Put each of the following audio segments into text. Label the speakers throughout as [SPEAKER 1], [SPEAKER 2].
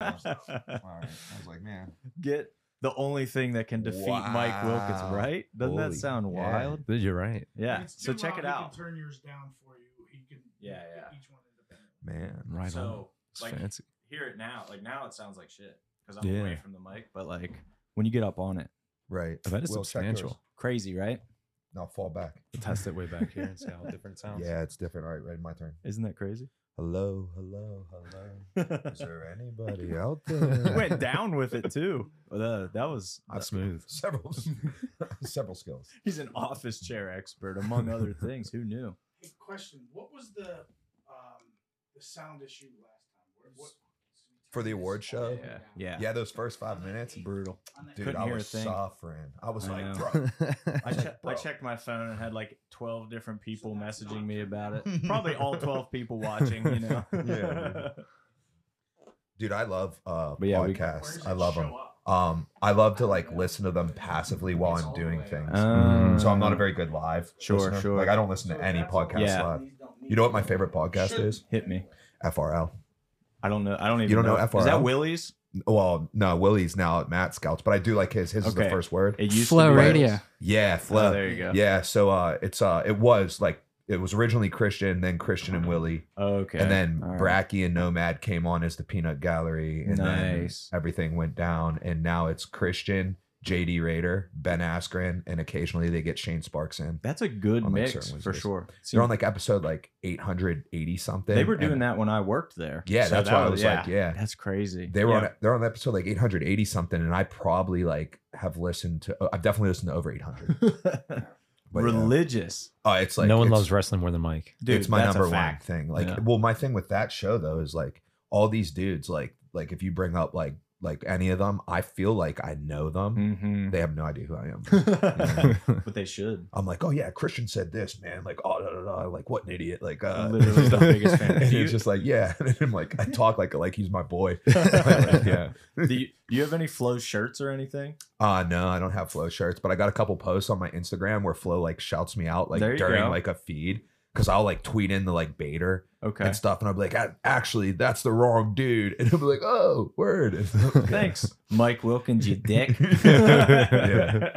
[SPEAKER 1] I was, like, all right. I was like, man,
[SPEAKER 2] Get the only thing that can defeat Mike Wilkins,
[SPEAKER 1] Wow.
[SPEAKER 2] right? Doesn't that
[SPEAKER 3] Holy-
[SPEAKER 2] sound
[SPEAKER 1] yeah.
[SPEAKER 2] wild?
[SPEAKER 3] You're right.
[SPEAKER 2] Yeah.
[SPEAKER 4] It's
[SPEAKER 2] So
[SPEAKER 4] too
[SPEAKER 2] check
[SPEAKER 4] loud,
[SPEAKER 2] it
[SPEAKER 4] we
[SPEAKER 2] out.
[SPEAKER 4] Can turn yours down for you. You can.
[SPEAKER 2] Yeah,
[SPEAKER 4] you can
[SPEAKER 2] yeah.
[SPEAKER 4] Each one independently.
[SPEAKER 3] Man, right on.
[SPEAKER 2] so
[SPEAKER 3] It's
[SPEAKER 2] like
[SPEAKER 3] fancy.
[SPEAKER 2] hear it now. Like now it sounds like shit because I'm
[SPEAKER 3] Yeah.
[SPEAKER 2] away from the mic. But like when you get up on it,
[SPEAKER 1] right?
[SPEAKER 3] Oh, that is
[SPEAKER 1] Will, check yours.
[SPEAKER 3] substantial.
[SPEAKER 2] crazy, right?
[SPEAKER 1] Now fall back.
[SPEAKER 3] We'll test it way back here and see how different it sounds.
[SPEAKER 1] Yeah, it's different. All right, ready? My turn.
[SPEAKER 2] Isn't that crazy?
[SPEAKER 1] Hello, hello, hello. Is
[SPEAKER 2] Went
[SPEAKER 1] there anybody out there?
[SPEAKER 2] down with it too. The- that was
[SPEAKER 3] That's smooth.
[SPEAKER 1] Several, several skills.
[SPEAKER 2] he's an office chair expert among other things. Who knew?
[SPEAKER 4] Hey, question: What was the um, the sound issue last time? What, what,
[SPEAKER 1] For the award show?
[SPEAKER 2] Yeah, yeah.
[SPEAKER 1] Yeah, those first five minutes,
[SPEAKER 2] brutal.
[SPEAKER 1] dude,
[SPEAKER 2] Couldn't
[SPEAKER 1] I
[SPEAKER 2] hear a
[SPEAKER 1] was
[SPEAKER 2] thing.
[SPEAKER 1] suffering. I was
[SPEAKER 2] I
[SPEAKER 1] like,
[SPEAKER 2] know.
[SPEAKER 1] bro,
[SPEAKER 2] I, che- I
[SPEAKER 1] Bro.
[SPEAKER 2] checked my phone and had like 12 different people messaging me about it. Probably all 12 people watching, you know.
[SPEAKER 1] Yeah. dude, I love uh,
[SPEAKER 2] But yeah, we-
[SPEAKER 4] Where does
[SPEAKER 1] podcasts. I
[SPEAKER 4] it
[SPEAKER 1] love
[SPEAKER 4] show
[SPEAKER 1] them.
[SPEAKER 4] up?
[SPEAKER 1] Um, I love to like listen to them passively while I'm doing things.
[SPEAKER 3] Um,
[SPEAKER 1] so I'm not a very good live.
[SPEAKER 2] Sure,
[SPEAKER 1] listener.
[SPEAKER 2] sure.
[SPEAKER 1] Like I don't listen to any
[SPEAKER 4] that's
[SPEAKER 1] podcast
[SPEAKER 2] Yeah.
[SPEAKER 1] live.
[SPEAKER 4] These don't need
[SPEAKER 1] You know what my
[SPEAKER 4] it.
[SPEAKER 1] favorite podcast
[SPEAKER 4] Should-
[SPEAKER 1] is?
[SPEAKER 2] hit me.
[SPEAKER 1] FRL.
[SPEAKER 2] I don't know. I don't even.
[SPEAKER 1] don't know
[SPEAKER 2] Is that
[SPEAKER 1] FRL?
[SPEAKER 2] Willie's?
[SPEAKER 1] Well, no, Willie's now at Matt Scouts, but I do like his. His is the
[SPEAKER 2] Okay.
[SPEAKER 1] first word.
[SPEAKER 2] It used
[SPEAKER 5] Flow
[SPEAKER 2] to be
[SPEAKER 5] radio.
[SPEAKER 1] Yeah,
[SPEAKER 2] Oh,
[SPEAKER 1] Flo.
[SPEAKER 2] there you go.
[SPEAKER 1] yeah, so uh, it's uh, it was like it was originally Christian, then Christian and Willie,
[SPEAKER 2] Okay.
[SPEAKER 1] and then
[SPEAKER 2] All right.
[SPEAKER 1] Bracky and Nomad came on as the Peanut Gallery, and then
[SPEAKER 2] Nice.
[SPEAKER 1] everything went down, and now it's Christian, JD Raider, Ben Askren, and occasionally they get Shane Sparks in.
[SPEAKER 2] That's a good
[SPEAKER 1] On, like,
[SPEAKER 2] mix
[SPEAKER 1] certain
[SPEAKER 2] for
[SPEAKER 1] Wednesdays.
[SPEAKER 2] sure.
[SPEAKER 1] They're on like episode like 880 something.
[SPEAKER 2] they were doing
[SPEAKER 1] and
[SPEAKER 2] that when I worked there.
[SPEAKER 1] Yeah, that's why I was like, yeah.
[SPEAKER 2] that's crazy.
[SPEAKER 1] They were
[SPEAKER 2] Yeah.
[SPEAKER 1] on e, they're on episode like 880 something, and I probably like have listened to. uh, I've definitely listened to over 800. But yeah.
[SPEAKER 2] religious,
[SPEAKER 1] Oh, it's like
[SPEAKER 3] no one
[SPEAKER 1] it's-
[SPEAKER 3] loves wrestling more than Mike.
[SPEAKER 2] dude.
[SPEAKER 1] it's my
[SPEAKER 2] that's a
[SPEAKER 1] number one
[SPEAKER 2] fact.
[SPEAKER 1] thing. Like,
[SPEAKER 3] Yeah.
[SPEAKER 1] well, my thing with that show though is like all these dudes, like, like if you bring up like like any of them, I feel like I know them.
[SPEAKER 3] Mm.
[SPEAKER 1] They have no idea who I am.
[SPEAKER 2] Mhm. but they should.
[SPEAKER 1] I'm like, oh yeah, Christian said this, man. Like, oh, da, da, da. like what an idiot. Like, uh,
[SPEAKER 2] Literally the biggest fan.
[SPEAKER 1] and
[SPEAKER 2] Do
[SPEAKER 1] he's
[SPEAKER 2] you-
[SPEAKER 1] just like, yeah. And I'm like, I talk like like he's my boy. Like, yeah.
[SPEAKER 2] Do you, do you have any flow shirts or anything?
[SPEAKER 1] Uh no, I don't have flow shirts, but I got a couple posts on my Instagram where Flo like shouts me out like
[SPEAKER 2] There you
[SPEAKER 1] during
[SPEAKER 2] go.
[SPEAKER 1] like a feed. Cause I'll like tweet in the like baiter
[SPEAKER 2] Okay.
[SPEAKER 1] and stuff, and I'll be like, "Ah, "Actually, that's the wrong dude," and he'll be like, "Oh, word."
[SPEAKER 2] Thanks, Mike Wilkins, you dick.
[SPEAKER 1] Yeah.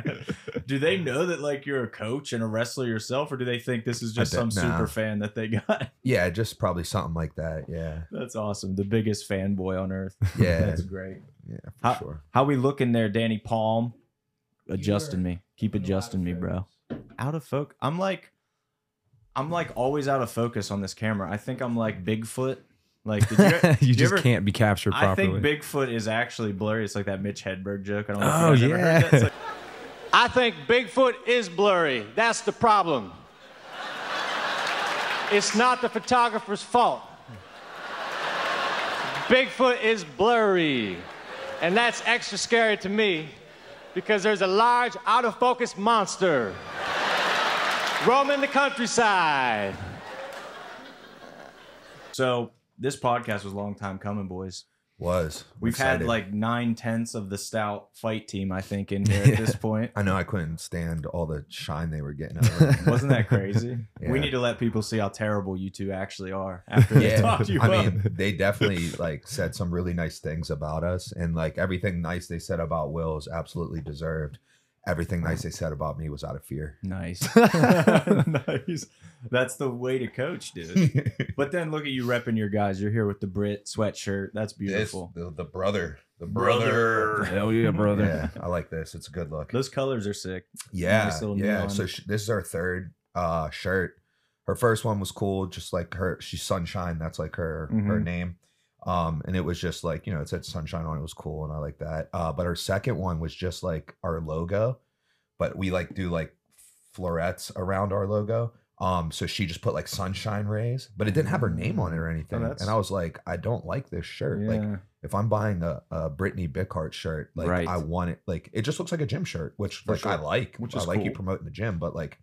[SPEAKER 2] Do they know that like you're a coach and a wrestler yourself, or do they think this is just
[SPEAKER 1] I
[SPEAKER 2] some
[SPEAKER 1] bet- nah.
[SPEAKER 2] super fan that they got?
[SPEAKER 1] Yeah, just probably something like that. Yeah,
[SPEAKER 2] That's awesome. The biggest fanboy on earth.
[SPEAKER 1] yeah,
[SPEAKER 2] That's great.
[SPEAKER 1] yeah, for
[SPEAKER 2] How-
[SPEAKER 1] sure.
[SPEAKER 2] How we looking there, Danny Palm?
[SPEAKER 4] You
[SPEAKER 2] Adjusting
[SPEAKER 4] were-
[SPEAKER 2] me. Keep
[SPEAKER 4] You're out of
[SPEAKER 2] adjusting me, bro.
[SPEAKER 4] focus.
[SPEAKER 2] Out of focus. I'm like, I'm like always out of focus on this camera. I think I'm like Bigfoot. Like, did you,
[SPEAKER 3] you
[SPEAKER 2] you
[SPEAKER 3] just
[SPEAKER 2] ever-
[SPEAKER 3] can't be captured
[SPEAKER 2] I
[SPEAKER 3] properly.
[SPEAKER 2] think Bigfoot is actually blurry. It's like that Mitch Hedberg joke. I don't know
[SPEAKER 3] Oh,
[SPEAKER 2] if you guys ever heard
[SPEAKER 3] yeah.
[SPEAKER 2] that. It's like-
[SPEAKER 6] I think Bigfoot is blurry. That's the problem. It's not the photographer's fault. Bigfoot is blurry. And that's extra scary to me because there's a large, out of focus monster roaming the countryside.
[SPEAKER 2] so this podcast was a long time coming, boys.
[SPEAKER 1] Was I'm
[SPEAKER 2] We've
[SPEAKER 1] excited.
[SPEAKER 2] had like nine tenths of the stout fight team, I think, in here at this point.
[SPEAKER 1] I know I couldn't stand all the shine they were getting. Out of it.
[SPEAKER 2] Wasn't that crazy?
[SPEAKER 1] Yeah.
[SPEAKER 2] We need to let people see how terrible you two actually are after they
[SPEAKER 1] yeah,
[SPEAKER 2] talk you
[SPEAKER 1] I
[SPEAKER 2] up.
[SPEAKER 1] mean, they definitely like said some really nice things about us, and like everything nice they said about Will is absolutely deserved. Everything nice they said about me was out of fear.
[SPEAKER 2] Nice. nice. That's the way to coach, dude. But then look at you repping your guys. You're here with the Brit sweatshirt. That's
[SPEAKER 1] This-
[SPEAKER 2] beautiful.
[SPEAKER 1] the, the brother, the brother.
[SPEAKER 3] Hell yeah, brother.
[SPEAKER 1] yeah, I like this. It's a good look.
[SPEAKER 2] Those colors are sick.
[SPEAKER 1] Yeah,
[SPEAKER 2] Nice little
[SPEAKER 1] yeah.
[SPEAKER 2] neon.
[SPEAKER 1] So sh- this is her third uh shirt. Her first one was cool, just like her. She's Sunshine. That's like her her
[SPEAKER 2] Mhm.
[SPEAKER 1] name. Um, and it was just like you know it said Sunshine on. it, It was cool, and I like that. Uh, but her second one was just like our logo, but we like do like florets around our logo. Um, so she just put like sunshine rays, but it didn't have her name on it or anything.
[SPEAKER 2] that's-
[SPEAKER 1] and I was like, I don't like this shirt. Like
[SPEAKER 2] Yeah.
[SPEAKER 1] if I'm buying a, a Brittany Bickhart shirt, like
[SPEAKER 2] Right.
[SPEAKER 1] I want it, like it just looks like a gym shirt, which
[SPEAKER 2] For
[SPEAKER 1] like
[SPEAKER 2] sure.
[SPEAKER 1] I like,
[SPEAKER 2] Which
[SPEAKER 1] I
[SPEAKER 2] is
[SPEAKER 1] like you
[SPEAKER 2] cool.
[SPEAKER 1] promoting the gym, but like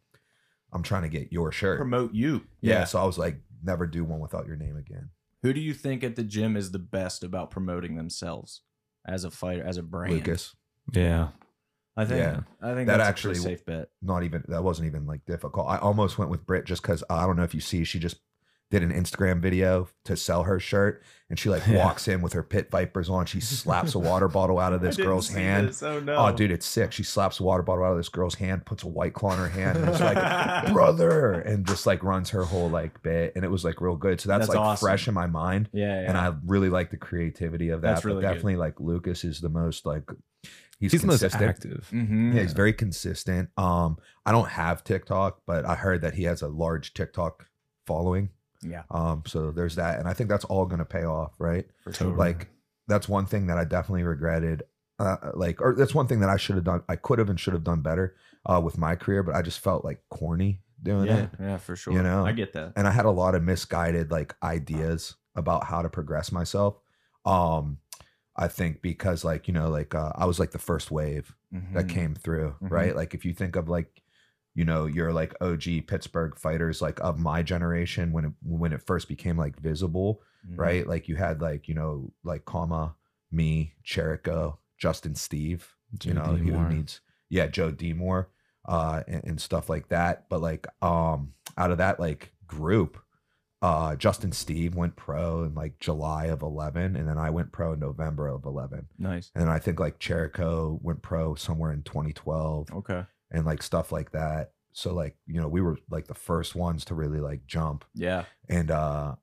[SPEAKER 1] I'm trying to get your shirt.
[SPEAKER 2] Promote you.
[SPEAKER 1] yeah. So I was like, never do one without your name again.
[SPEAKER 2] Who do you think at the gym is the best about promoting themselves as a fighter, as a brand?
[SPEAKER 1] Lucas,
[SPEAKER 3] Yeah.
[SPEAKER 2] I think
[SPEAKER 1] Yeah.
[SPEAKER 2] I think
[SPEAKER 1] That
[SPEAKER 2] that's
[SPEAKER 1] actually
[SPEAKER 2] a pretty safe bet.
[SPEAKER 1] not even that wasn't even like difficult. I almost went with Britt just because I don't know if you see, she just did an Instagram video to sell her shirt, and she like
[SPEAKER 3] Yeah.
[SPEAKER 1] walks in with her pit vipers on. She slaps a water bottle out of
[SPEAKER 2] I
[SPEAKER 1] this
[SPEAKER 2] didn't
[SPEAKER 1] girl's
[SPEAKER 2] see
[SPEAKER 1] hand.
[SPEAKER 2] this. Oh no.
[SPEAKER 1] Oh, dude, it's sick. She slaps a water bottle out of this girl's hand, puts a white claw in her hand, and it's like, brother, and just like runs her whole like bit. And it was like real good. So that's,
[SPEAKER 2] That's
[SPEAKER 1] like
[SPEAKER 2] awesome.
[SPEAKER 1] fresh in my mind.
[SPEAKER 2] yeah, yeah.
[SPEAKER 1] And I really like the creativity of that.
[SPEAKER 2] That's
[SPEAKER 1] but
[SPEAKER 2] really good.
[SPEAKER 1] definitely like Lucas is the most like he's,
[SPEAKER 3] He's the most
[SPEAKER 1] consistent.
[SPEAKER 3] active.
[SPEAKER 2] Mhm.
[SPEAKER 1] Yeah, he's very consistent. Um, I don't have TikTok, but I heard that he has a large TikTok following.
[SPEAKER 2] Yeah.
[SPEAKER 1] Um, so there's that, and I think that's all gonna pay off, right?
[SPEAKER 2] For
[SPEAKER 3] Totally.
[SPEAKER 1] Like that's one thing that I definitely regretted. Uh, like, or that's one thing that I should have done. I could have and should have done better uh, with my career, but I just felt like corny doing
[SPEAKER 2] Yeah,
[SPEAKER 1] it,
[SPEAKER 2] yeah, for sure.
[SPEAKER 1] know?
[SPEAKER 2] I get that.
[SPEAKER 1] and I had a lot of misguided like ideas about how to progress myself. Um, I think because like you know, like uh, I was like the first wave that
[SPEAKER 2] Mhm.
[SPEAKER 1] came through,
[SPEAKER 2] Mhm.
[SPEAKER 1] right? Like if you think of like, you know, your like OG Pittsburgh fighters like of my generation when it when it first became like visible,
[SPEAKER 2] Mhm.
[SPEAKER 1] right? Like you had like, you know, like comma, me, Cherico, Justin Steve, you
[SPEAKER 3] Joe
[SPEAKER 1] know,
[SPEAKER 3] D.
[SPEAKER 1] who
[SPEAKER 3] Moore.
[SPEAKER 1] needs yeah, Joe D. Moore, uh and, and stuff like that. But like um out of that like group, uh Justin Steve went pro in like July of eleven, and then I went pro in November of eleven.
[SPEAKER 2] Nice.
[SPEAKER 1] And I think like Cherico went pro somewhere in 2012
[SPEAKER 2] Okay.
[SPEAKER 1] and like stuff like that. So like, you know, we were like the first ones to really like jump.
[SPEAKER 2] Yeah.
[SPEAKER 1] And uh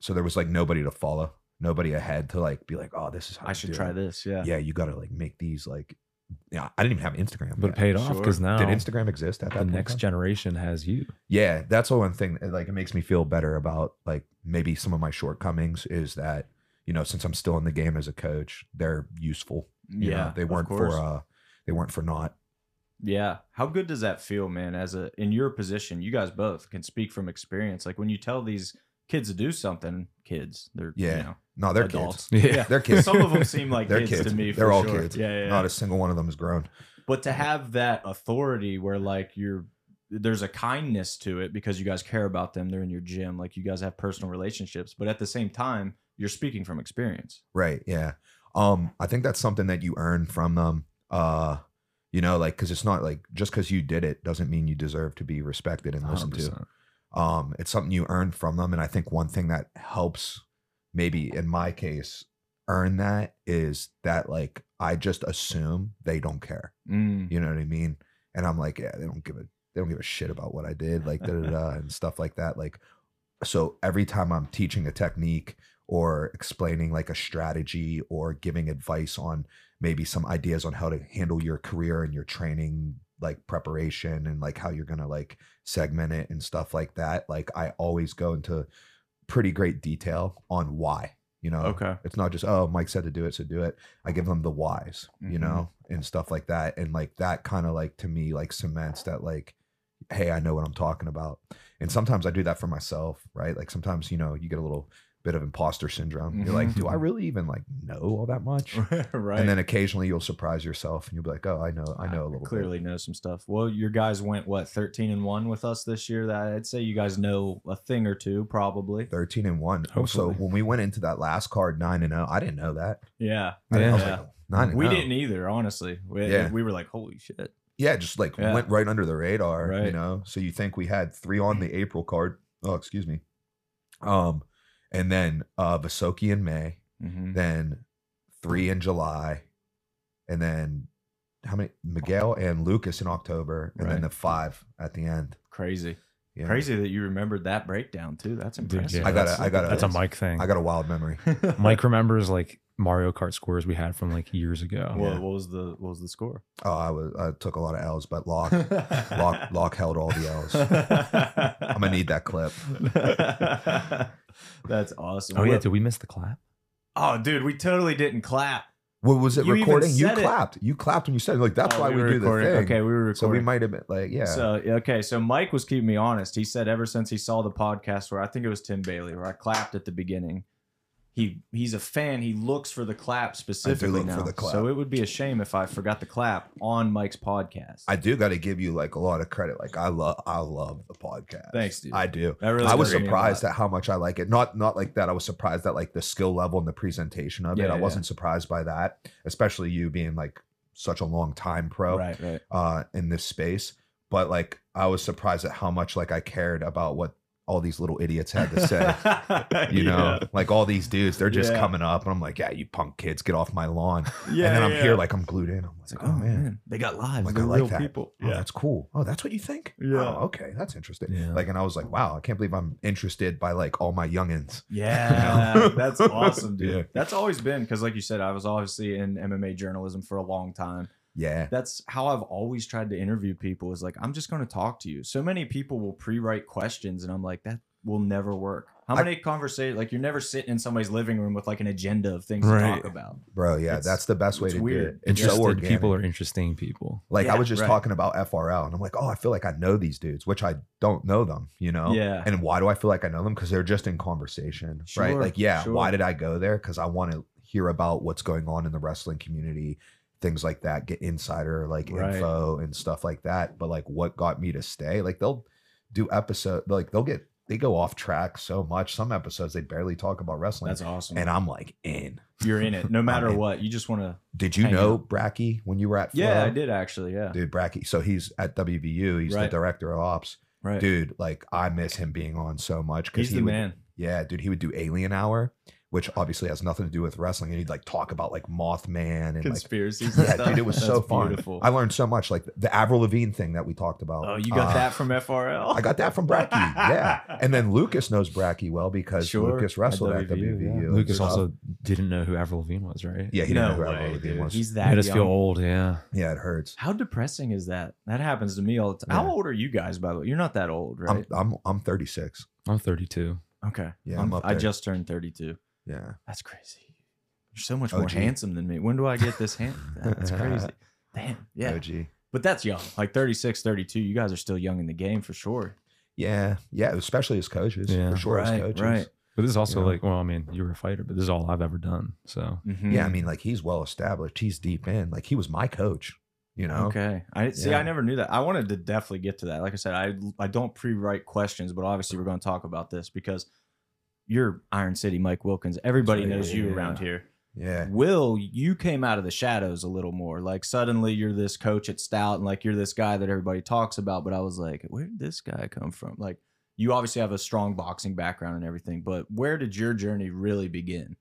[SPEAKER 1] so there was like nobody to follow, nobody ahead to like be like, oh, this is how
[SPEAKER 2] I
[SPEAKER 1] to
[SPEAKER 2] should
[SPEAKER 1] do
[SPEAKER 2] try
[SPEAKER 1] it."
[SPEAKER 2] this. Yeah.
[SPEAKER 1] Yeah, you gotta like make these like yeah, I didn't even have Instagram.
[SPEAKER 3] but it
[SPEAKER 1] yet.
[SPEAKER 3] paid off because
[SPEAKER 2] Sure.
[SPEAKER 3] now
[SPEAKER 1] did Instagram exist at that
[SPEAKER 3] the
[SPEAKER 1] point in
[SPEAKER 3] next
[SPEAKER 1] time?
[SPEAKER 3] generation has you.
[SPEAKER 1] yeah that's the one thing that, like it makes me feel better about like maybe some of my shortcomings is that you know since i'm still in the game as a coach they're useful you know?
[SPEAKER 2] Yeah,
[SPEAKER 1] they
[SPEAKER 2] of
[SPEAKER 1] weren't
[SPEAKER 2] course.
[SPEAKER 1] for uh they weren't for naught
[SPEAKER 2] Yeah. How good does that feel, man? As a in your position, you guys both can speak from experience. Like when you tell these kids to do something, kids, they're you
[SPEAKER 1] Yeah.
[SPEAKER 2] know,
[SPEAKER 1] no they're
[SPEAKER 2] adults.
[SPEAKER 3] Yeah.
[SPEAKER 1] kids they're kids
[SPEAKER 2] Some of them seem like
[SPEAKER 1] They're
[SPEAKER 2] kids,
[SPEAKER 1] kids.
[SPEAKER 2] to me.
[SPEAKER 1] They're
[SPEAKER 2] for
[SPEAKER 1] all
[SPEAKER 2] sure.
[SPEAKER 1] kids.
[SPEAKER 2] Yeah, yeah,
[SPEAKER 1] not
[SPEAKER 2] yeah.
[SPEAKER 1] a single one of them is grown
[SPEAKER 2] But
[SPEAKER 1] Mm-hmm.
[SPEAKER 2] to have that authority where like you're there's a kindness to it because you guys care about them. They're in your gym. Like you guys have personal relationships, but at the same time, you're speaking from experience.
[SPEAKER 1] right yeah um i think that's something that you earn from them uh you know like because it's not like just because you did it doesn't mean you deserve to be respected and listened to
[SPEAKER 3] 100%.
[SPEAKER 1] um it's something you earn from them and i think one thing that helps maybe in my case earn that is that like i just assume they don't care
[SPEAKER 2] Mm.
[SPEAKER 1] you know what i mean and i'm like yeah they don't give a they don't give a shit about what i did like da, da, da, and stuff like that like so every time i'm teaching a technique or explaining like a strategy or giving advice on maybe some ideas on how to handle your career and your training like preparation and like how you're gonna like segment it and stuff like that like i always go into pretty great detail on why you know
[SPEAKER 2] Okay.
[SPEAKER 1] it's not just oh mike said to do it so do it i give them the whys you
[SPEAKER 2] Mhm.
[SPEAKER 1] know and stuff like that and like that kind of like to me like cements that like hey i know what i'm talking about and sometimes i do that for myself right like sometimes you know you get a little bit of imposter syndrome you're like do i really even like know all that much
[SPEAKER 2] Mm-hmm. right. Ah,
[SPEAKER 1] and then occasionally you'll surprise yourself and you'll be like oh i know i know a little bit."
[SPEAKER 2] clearly know some stuff. Well, your guys went what thirteen and one with us this year. That I'd say you guys know a thing or two, probably.
[SPEAKER 1] 13 and 1
[SPEAKER 3] Hopefully.
[SPEAKER 1] so when we went into that last card 9 and 0 i didn't know that
[SPEAKER 2] Yeah,
[SPEAKER 1] I, didn't- I was
[SPEAKER 2] Yeah.
[SPEAKER 1] like 9 and oh."
[SPEAKER 2] we
[SPEAKER 1] 0.
[SPEAKER 2] didn't either. Honestly, we,
[SPEAKER 1] Yeah.
[SPEAKER 2] we were like, holy shit.
[SPEAKER 1] yeah, just like
[SPEAKER 2] Yeah.
[SPEAKER 1] went right under the radar, you
[SPEAKER 2] Right.
[SPEAKER 1] know. So you think we had three on the April card? Oh, excuse me. Um, and then uh Visoki in May,
[SPEAKER 2] Mhm.
[SPEAKER 1] then three in July, and then how many Miguel and Lucas in October, and then
[SPEAKER 2] Right.
[SPEAKER 1] the five at the end.
[SPEAKER 2] Crazy,
[SPEAKER 1] Yeah.
[SPEAKER 2] crazy that you remembered that breakdown too. That's
[SPEAKER 3] Dude,
[SPEAKER 2] impressive.
[SPEAKER 3] yeah,
[SPEAKER 1] I gotta-
[SPEAKER 3] that's-
[SPEAKER 1] I gotta-
[SPEAKER 3] That's a Mike thing.
[SPEAKER 1] I got a wild memory.
[SPEAKER 3] Mike remembers like Mario Kart scores we had from like years ago.
[SPEAKER 2] Whoa, what was the what was the score?
[SPEAKER 1] Oh, I was I took a lot of L's, but Lock Lock
[SPEAKER 2] Lock,
[SPEAKER 1] Lock held all the L's. I'm
[SPEAKER 2] I'm
[SPEAKER 1] gonna need that clip.
[SPEAKER 2] That's awesome.
[SPEAKER 3] Oh yeah,
[SPEAKER 2] Well-
[SPEAKER 3] did we miss the clap?
[SPEAKER 2] oh dude, we totally didn't clap.
[SPEAKER 1] What was it
[SPEAKER 2] You even
[SPEAKER 1] recording? You
[SPEAKER 2] said it.
[SPEAKER 1] clapped. You clapped when you said it. like that's
[SPEAKER 2] Oh,
[SPEAKER 1] why we,
[SPEAKER 2] were
[SPEAKER 1] do the
[SPEAKER 2] recording.
[SPEAKER 1] thing.
[SPEAKER 2] Okay, we were recording.
[SPEAKER 1] so we might have been like, yeah.
[SPEAKER 2] So okay, so Mike was keeping me honest. He said ever since he saw the podcast where I think it was Tim Bailey where I clapped at the beginning, he he's a fan. He looks for the clap specifically
[SPEAKER 1] look for
[SPEAKER 2] now.
[SPEAKER 1] the clap.
[SPEAKER 2] So it would be a shame if I forgot the clap on Mike's podcast.
[SPEAKER 1] I do got to give you like a lot of credit. Like I love, I love the podcast.
[SPEAKER 2] Thanks, dude.
[SPEAKER 1] I do.
[SPEAKER 2] That really
[SPEAKER 1] I was
[SPEAKER 2] does mean a
[SPEAKER 1] surprised
[SPEAKER 2] lot.
[SPEAKER 1] at how much I like it. Not, not like that. I was surprised at like the skill level and the presentation of
[SPEAKER 2] Yeah,
[SPEAKER 1] it. I
[SPEAKER 2] yeah,
[SPEAKER 1] wasn't surprised by that, especially you being like such a long time pro
[SPEAKER 2] Right, right.
[SPEAKER 1] uh, in this space. But like, I was surprised at how much like I cared about what all these little idiots had to say. You know, like all these dudes, they're just
[SPEAKER 2] Yeah.
[SPEAKER 1] coming up, and I'm like, "Yeah, you punk kids, get off my lawn!"
[SPEAKER 2] yeah. yeah
[SPEAKER 1] and then I'm
[SPEAKER 2] yeah.
[SPEAKER 1] here, like I'm glued in. I'm
[SPEAKER 2] It's
[SPEAKER 1] like, "Oh man,
[SPEAKER 2] they got lives.
[SPEAKER 1] Like, I
[SPEAKER 2] They're
[SPEAKER 1] like
[SPEAKER 2] real
[SPEAKER 1] that.
[SPEAKER 2] people.
[SPEAKER 1] Oh, that's cool. Oh, that's what you think?
[SPEAKER 2] Yeah.
[SPEAKER 1] Oh, okay, that's interesting.
[SPEAKER 2] Yeah.
[SPEAKER 1] Like, and I was like, wow, I can't believe I'm interested by like all my youngins.
[SPEAKER 2] Yeah, that's awesome, dude.
[SPEAKER 1] Yeah.
[SPEAKER 2] That's always been because, like you said, I was obviously in MMA journalism for a long time.
[SPEAKER 1] Yeah,
[SPEAKER 2] That's how I've always tried to interview people. Is like I'm just going to talk to you. So many people will pre-write questions, and I'm like, that will never work. How
[SPEAKER 1] I-
[SPEAKER 2] many conversations? Like you're never sitting in somebody's living room with like an agenda of things to
[SPEAKER 3] Right.
[SPEAKER 2] talk about.
[SPEAKER 1] bro. Yeah,
[SPEAKER 2] It's-
[SPEAKER 1] that's the best way
[SPEAKER 2] it's
[SPEAKER 1] to
[SPEAKER 2] weird.
[SPEAKER 1] do it. It's so
[SPEAKER 3] Interested
[SPEAKER 1] organic.
[SPEAKER 3] people are interesting people.
[SPEAKER 1] like I
[SPEAKER 2] Yeah,
[SPEAKER 1] was just
[SPEAKER 2] right.
[SPEAKER 1] talking about FRL, and I'm like, oh, I feel like I know these dudes, which I don't know them. You know.
[SPEAKER 2] Yeah,
[SPEAKER 1] And why do I feel like I know them? Because they're just in conversation, right?
[SPEAKER 2] Sure,
[SPEAKER 1] Like, yeah,
[SPEAKER 2] sure.
[SPEAKER 1] why did I go there? Because I want to hear about what's going on in the wrestling community, things like that, get insider like
[SPEAKER 2] Right.
[SPEAKER 1] info and stuff like that. But like, what got me to stay? Like, they'll do episode, like they'll get they go off track so much. Some episodes they barely talk about wrestling,
[SPEAKER 2] that's awesome.
[SPEAKER 1] and I'm like, in.
[SPEAKER 2] you're in it no matter
[SPEAKER 1] in.
[SPEAKER 2] what. You just want to.
[SPEAKER 1] Did you
[SPEAKER 2] Hang
[SPEAKER 1] know Bracky when you were at?
[SPEAKER 2] Yeah,
[SPEAKER 1] Flow?
[SPEAKER 2] I did actually. Yeah,
[SPEAKER 1] Dude, Bracky. So he's at WVU. He's the
[SPEAKER 2] Right.
[SPEAKER 1] director of ops.
[SPEAKER 2] right.
[SPEAKER 1] Dude, like I miss him being on so much
[SPEAKER 2] he's
[SPEAKER 1] he
[SPEAKER 2] the
[SPEAKER 1] would
[SPEAKER 2] man.
[SPEAKER 1] Yeah, dude, he would do Alien Hour, which obviously has nothing to do with wrestling, and he'd like talk about like Mothman and like.
[SPEAKER 2] Conspiracies. and
[SPEAKER 1] Yeah,
[SPEAKER 2] stuff.
[SPEAKER 1] dude, it was
[SPEAKER 2] That's
[SPEAKER 1] so fun.
[SPEAKER 2] Beautiful.
[SPEAKER 1] I learned so much, like the Avril Lavigne thing that we talked about.
[SPEAKER 2] Oh, you got
[SPEAKER 1] Uh,
[SPEAKER 2] that from FRL.
[SPEAKER 1] I got that from Bracky. Yeah, and then Lucas knows Bracky well because
[SPEAKER 2] Sure,
[SPEAKER 1] Lucas wrestled
[SPEAKER 2] at
[SPEAKER 1] at E,
[SPEAKER 2] WVU,
[SPEAKER 1] WVU.
[SPEAKER 2] yeah.
[SPEAKER 1] and
[SPEAKER 3] Lucas
[SPEAKER 1] stuff.
[SPEAKER 3] also didn't know who Avril Lavigne was, right?
[SPEAKER 1] uh, Yeah, he didn't
[SPEAKER 2] no
[SPEAKER 1] know who
[SPEAKER 2] way,
[SPEAKER 1] Avril Lavigne
[SPEAKER 2] dude.
[SPEAKER 1] was.
[SPEAKER 2] He's that
[SPEAKER 3] Made us feel
[SPEAKER 2] young.
[SPEAKER 3] old. Yeah.
[SPEAKER 1] yeah, it hurts.
[SPEAKER 2] How depressing is that? That happens to me all the time. How
[SPEAKER 1] Yeah.
[SPEAKER 2] old are you guys, by the way? You're not that old, right?
[SPEAKER 1] I'm I'm I'm 36.
[SPEAKER 3] I'm 32.
[SPEAKER 2] okay.
[SPEAKER 1] Yeah,
[SPEAKER 2] I'm-
[SPEAKER 1] I'm up
[SPEAKER 2] I
[SPEAKER 1] there.
[SPEAKER 2] just turned 32.
[SPEAKER 1] Yeah,
[SPEAKER 2] That's crazy. You're so much more
[SPEAKER 1] OG.
[SPEAKER 2] handsome than me. When do I get this hand? That's crazy. Damn. Yeah.
[SPEAKER 1] OG.
[SPEAKER 2] But that's young. Like 36, 32. You guys are still young in the game for sure.
[SPEAKER 1] Yeah, yeah, especially as coaches,
[SPEAKER 3] Yeah.
[SPEAKER 1] for sure. as
[SPEAKER 2] Right,
[SPEAKER 1] coaches,
[SPEAKER 2] right.
[SPEAKER 3] But this is also
[SPEAKER 1] Yeah.
[SPEAKER 3] like, well, I mean, you were a fighter, but this is all I've ever done. So
[SPEAKER 2] Mhm.
[SPEAKER 1] Yeah, I mean, like he's well established. He's deep in. Like he was my coach. You know.
[SPEAKER 2] Okay. I see.
[SPEAKER 1] Yeah.
[SPEAKER 2] I never knew that. I wanted to definitely get to that. Like I said, I I don't pre-write questions, but obviously we're going to talk about this because you're Iron City Mike Wilkins. Everybody
[SPEAKER 1] Oh, Yeah.
[SPEAKER 2] knows you around here.
[SPEAKER 1] Yeah.
[SPEAKER 2] Will, you came out of the shadows a little more. Like suddenly you're this coach at Stout and like you're this guy that everybody talks about. But I was like, where did this guy come from? Like you obviously have a strong boxing background and everything, but where did your journey really begin?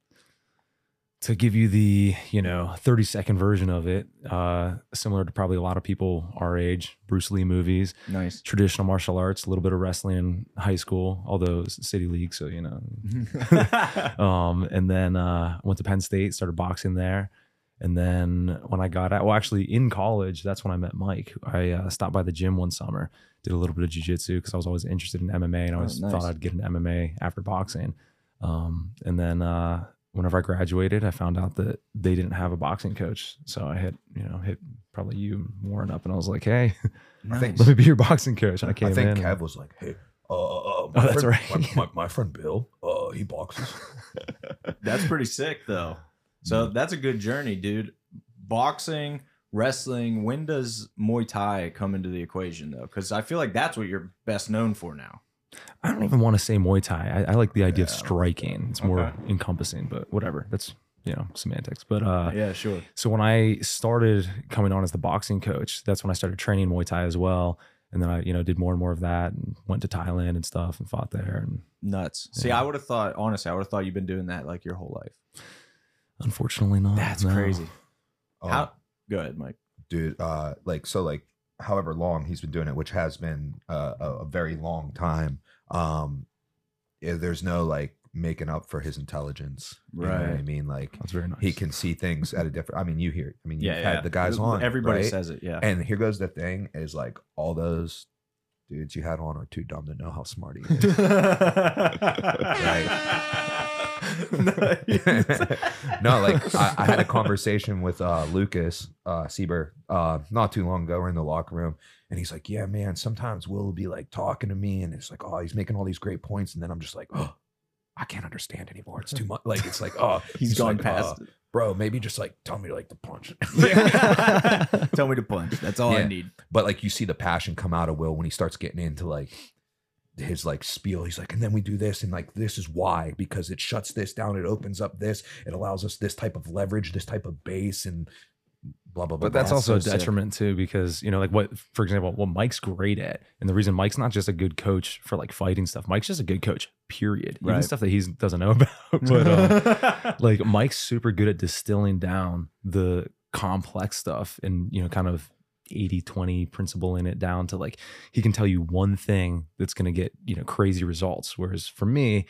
[SPEAKER 3] to give you the, you know, 30 second version of it, uh, similar to probably a lot of people our age, Bruce Lee movies,
[SPEAKER 2] Nice.
[SPEAKER 3] traditional martial arts, a little bit of wrestling in high school, although it was city league. So, you know, um, and then uh, went to Penn State, started boxing there. And then when I got out, well, actually in college, that's when I met Mike. I uh, stopped by the gym one summer, did a little bit of jujitsu because I was always interested in MMA and I
[SPEAKER 2] Oh,
[SPEAKER 3] always
[SPEAKER 2] nice.
[SPEAKER 3] thought I'd get an MMA after boxing. Um, and then uh, whenever I graduated, I found out that they didn't have a boxing coach. So I hit, you know, hit probably you and Warren up and I was like, hey,
[SPEAKER 1] I think,
[SPEAKER 3] let me be your boxing coach. And I came
[SPEAKER 1] I think
[SPEAKER 3] in.
[SPEAKER 1] Kev was like, hey, uh, uh, uh, my
[SPEAKER 3] Oh, that's
[SPEAKER 1] friend-
[SPEAKER 3] right.
[SPEAKER 1] My, my, my friend Bill, uh, he boxes.
[SPEAKER 2] That's pretty sick though. So that's a good journey, dude. Boxing, wrestling, when does Muay Thai come into the equation though? Cuz I feel like that's what you're best known for now.
[SPEAKER 3] I don't even want to say Muay Thai. I, I like the idea of
[SPEAKER 1] Yeah.
[SPEAKER 3] striking. It's more
[SPEAKER 2] Okay.
[SPEAKER 3] encompassing, but whatever. That's you know semantics. But uh,
[SPEAKER 2] yeah, sure.
[SPEAKER 3] so when I started coming on as the boxing coach, that's when I started training Muay Thai as well. And then I you know did more and more of that and went to Thailand and stuff and fought there. And
[SPEAKER 2] Nuts. See,
[SPEAKER 3] Yeah.
[SPEAKER 2] I would have thought honestly, I would have thought you've been doing that like your whole life.
[SPEAKER 3] unfortunately,
[SPEAKER 1] Oh,
[SPEAKER 3] not.
[SPEAKER 2] That's
[SPEAKER 3] no.
[SPEAKER 2] crazy.
[SPEAKER 1] Um,
[SPEAKER 2] How Go ahead, Mike.
[SPEAKER 1] dude, uh, like, so, like, however long he's been doing it, which has been uh, a, a very long time, um, yeah, there's no like making up for his intelligence. You know what I
[SPEAKER 2] Right.
[SPEAKER 1] mean, like,
[SPEAKER 3] That's very nice.
[SPEAKER 1] he can see things at a different, I mean, you hear, I mean, you've had the guys on.
[SPEAKER 2] Everybody
[SPEAKER 1] right?
[SPEAKER 2] says it, yeah.
[SPEAKER 1] And here goes the thing is like all those dudes you had on are too dumb to know how smart he is. no, like I, I had a conversation with uh, Lucas uh, Sieber uh, not too long ago. We're in the locker room, and he's like, "Yeah, man. Sometimes Will will be like talking to me, and it's like, oh, he's making all these great points, and then I'm just like, oh, I can't understand anymore. It's too much. Like it's like, oh,
[SPEAKER 2] He's
[SPEAKER 1] just
[SPEAKER 2] gone
[SPEAKER 1] like,
[SPEAKER 2] past.
[SPEAKER 1] uh, bro. Maybe just like tell me like the punch.
[SPEAKER 2] it. Tell me to punch. That's all I
[SPEAKER 1] "Oh." Yeah.
[SPEAKER 2] need.
[SPEAKER 1] but like you see the passion come out of Will when he starts getting into like his like spiel. He's like, and then we do this, and like this is why because it shuts this down, it opens up this, it allows us this type of leverage, this type of base, and blah blah blah.
[SPEAKER 3] But that's
[SPEAKER 1] blah.
[SPEAKER 3] also a
[SPEAKER 2] so sick.
[SPEAKER 3] detriment too, because you know, like what, for example, what Mike's great at, and the reason Mike's not just a good coach for like fighting stuff. Mike's just a good coach, period. Even
[SPEAKER 2] Right.
[SPEAKER 3] stuff that he doesn't know about. but uh, like Mike's super good at distilling down the complex stuff and you know, kind of 80 20 principle in it down to like he can tell you one thing that's going to get you know crazy results. Whereas for me,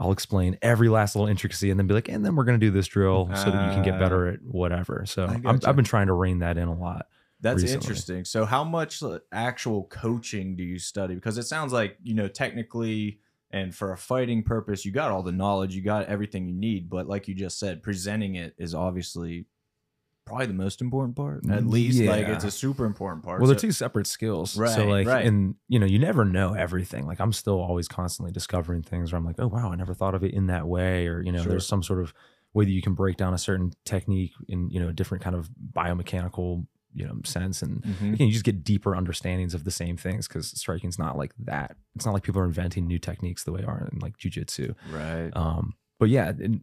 [SPEAKER 3] I'll explain every last little intricacy and then be like, and then we're going to do this drill so that you can get
[SPEAKER 2] Ah.
[SPEAKER 3] better at whatever. So
[SPEAKER 2] I
[SPEAKER 3] I'm,
[SPEAKER 2] gotcha.
[SPEAKER 3] I've been trying to rein that in a lot.
[SPEAKER 2] That's
[SPEAKER 3] recently.
[SPEAKER 2] interesting. So, how much uh, actual coaching do you study? Because it sounds like you know, technically, and for a fighting purpose, you got all the knowledge, you got everything you need. But like you just said, presenting it is obviously probably the most important part. At least, like
[SPEAKER 3] Mm, Yeah.
[SPEAKER 2] it's a super important part.
[SPEAKER 3] Well, they're
[SPEAKER 2] So-
[SPEAKER 3] two separate skills.
[SPEAKER 2] Right,
[SPEAKER 3] so like,
[SPEAKER 2] right.
[SPEAKER 3] and you know, you never know everything. Like I'm still always constantly discovering things where I'm like, oh wow, I never thought of it in that way. Or, you know,
[SPEAKER 2] Sure.
[SPEAKER 3] there's some sort of way that you can break down a certain technique in, you know, a different kind of biomechanical, you know, sense. And
[SPEAKER 2] Mhm.
[SPEAKER 3] again, you just get deeper understandings of the same things because striking's not like that. It's not like people are inventing new techniques the way are in like jujitsu.
[SPEAKER 2] right?
[SPEAKER 3] Um, but yeah, and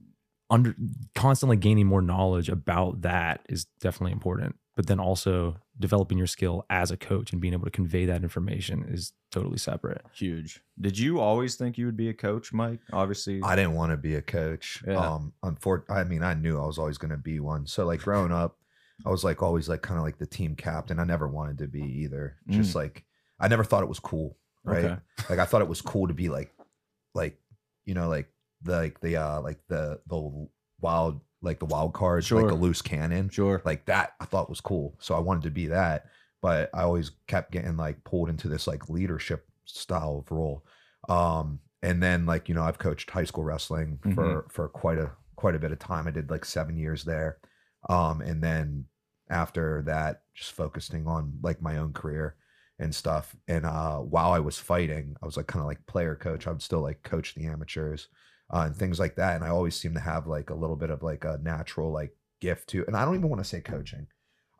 [SPEAKER 3] under constantly gaining more knowledge about that is definitely important. But then also developing your skill as a coach and being able to convey that information is totally separate.
[SPEAKER 2] Huge. Did you always think you would be a coach, Mike? Obviously,
[SPEAKER 1] I didn't want to be a coach.
[SPEAKER 2] Yeah.
[SPEAKER 1] Um, unfor- I mean, I knew I was always going to be one. So like growing up, I was like always like kind of like the team captain. I never wanted to be either. Just like I never thought it was cool, right?
[SPEAKER 2] Okay.
[SPEAKER 1] Like I thought it was cool to be like, like you know, like the like the uh like the the wild like the wild card,
[SPEAKER 2] Sure.
[SPEAKER 1] like a loose cannon,
[SPEAKER 2] sure.
[SPEAKER 1] like that. I thought was cool, so I wanted to be that. But I always kept getting like pulled into this like leadership style of role. Um, and then like you know, I've coached high school wrestling for for quite a quite a bit of time. I did like seven years there, um, and then after that, just focusing on like my own career and stuff. And uh, while I was fighting, I was like kind of like player coach. I would still like coach the amateurs uh, and things like that. And I always seem to have like a little bit of like a natural like gift to. And I don't even want to say coaching.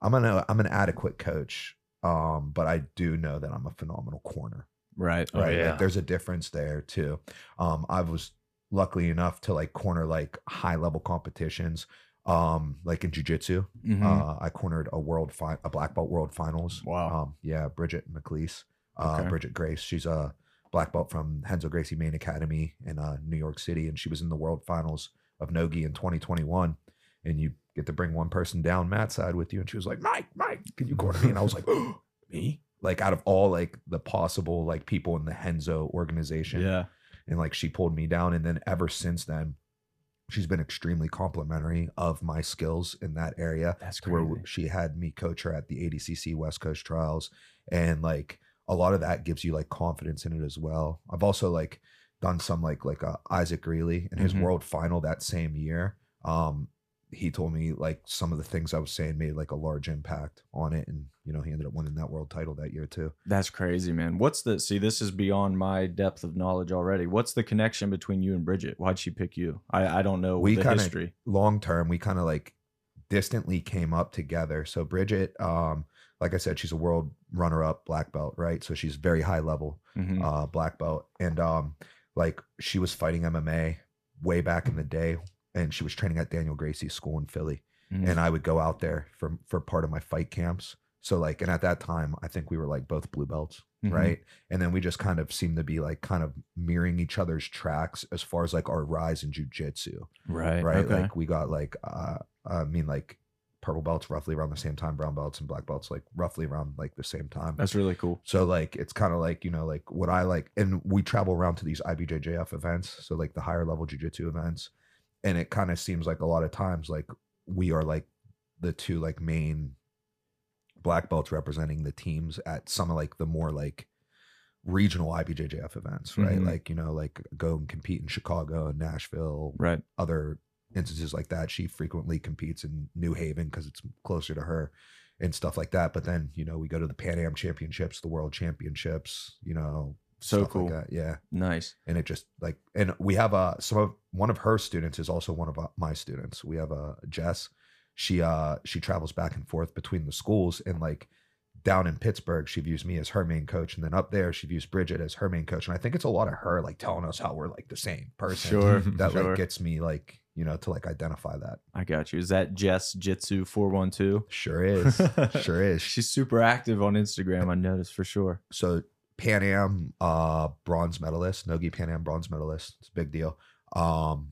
[SPEAKER 1] I'm an I'm an adequate coach, um, but I do know that I'm a phenomenal corner
[SPEAKER 2] right.
[SPEAKER 3] Oh,
[SPEAKER 1] right
[SPEAKER 3] yeah.
[SPEAKER 1] like there's a difference there too um i was luckily enough to like corner like high level competitions um like in jiu-jitsu
[SPEAKER 3] Mm-hmm.
[SPEAKER 2] Mhm.
[SPEAKER 3] Um,
[SPEAKER 1] uh i cornered a world fi- a black belt world finals
[SPEAKER 2] Wow.
[SPEAKER 1] um yeah bridget mcleese uh
[SPEAKER 2] Okay.
[SPEAKER 1] bridget grace she's a black belt from hensel gracie main academy in uh new york city and she was in the world finals of nogi in 2021 and you get to bring one person down Matt's side with you. And she was like, Mike, Mike, can you corner me? And I was like, me? Like out of all like the possible like people in the Henzo organization.
[SPEAKER 2] yeah.
[SPEAKER 1] And like she pulled me down. And then ever since then, she's been extremely complimentary of my skills in that area
[SPEAKER 3] That's
[SPEAKER 1] where w- she had me coach her at the ADCC West Coast trials. And like a lot of that gives you like confidence in it as well. I've also like done some like like uh, Isaac Greeley in his
[SPEAKER 3] Mhm.
[SPEAKER 1] world final that same year. Um, he told me like some of the things I was saying made like a large impact on it, and you know he ended up winning that world title that year too.
[SPEAKER 2] That's crazy, man. What's the see? This is beyond my depth of knowledge already. What's the connection between you and Bridget? Why'd she pick you? I I don't know
[SPEAKER 1] We
[SPEAKER 2] the
[SPEAKER 1] kinda-
[SPEAKER 2] history.
[SPEAKER 1] long term we kind of like distantly came up together so bridget um like i said she's a world runner up black belt right so she's very high level
[SPEAKER 2] Mhm.
[SPEAKER 1] uh black belt and um like she was fighting mma way back in the day and she was training at daniel gracie's school in philly
[SPEAKER 2] Mhm.
[SPEAKER 1] and i would go out there for for part of my fight camps so like and at that time i think we were like both blue belts
[SPEAKER 2] Mhm.
[SPEAKER 1] right and then we just kind of seemed to be like kind of mirroring each other's tracks as far as like our rise in jujitsu
[SPEAKER 3] Right.
[SPEAKER 1] right?
[SPEAKER 2] Okay.
[SPEAKER 1] Like we got like uh I mean like purple belts roughly around the same time, brown belts and black belts like roughly around like the same time.
[SPEAKER 2] That's really cool.
[SPEAKER 1] so like it's kind of like you know like what I like, and we travel around to these IBJJF events, so like the higher level jujitsu events, and it kind of seems like a lot of times like we are like the two like main black belts representing the teams at some of like the more like regional IBJJF events, right?
[SPEAKER 2] Mhm.
[SPEAKER 1] Like you know like go and compete in Chicago and Nashville,
[SPEAKER 2] Right.
[SPEAKER 1] other instances like that. She frequently competes in New Haven because it's closer to her and stuff like that. But then, you know, we go to the Pan Am Championships, the World Championships, you know,
[SPEAKER 2] So
[SPEAKER 1] stuff like
[SPEAKER 2] cool.
[SPEAKER 1] that. Yeah.
[SPEAKER 2] Nice.
[SPEAKER 1] And it just like, and we have uh, some of one of her students is also one of uh, my students. We have uh, Jess. She, uh, she travels back and forth between the schools and like, down in Pittsburgh, she views me as her main coach, and then up there, she views Bridget as her main coach. And I think it's a lot of her like telling us how we're like the same person
[SPEAKER 2] Sure.
[SPEAKER 1] that
[SPEAKER 2] sure.
[SPEAKER 1] like gets me like you know, to like identify that.
[SPEAKER 2] I got you. Is that Jess Jitsu 412?
[SPEAKER 1] Sure is. sure is.
[SPEAKER 2] She's super active on Instagram, I noticed for sure.
[SPEAKER 1] so Pan Am uh bronze medalist, Nogi Pan Am bronze medalist. It's a big deal. Um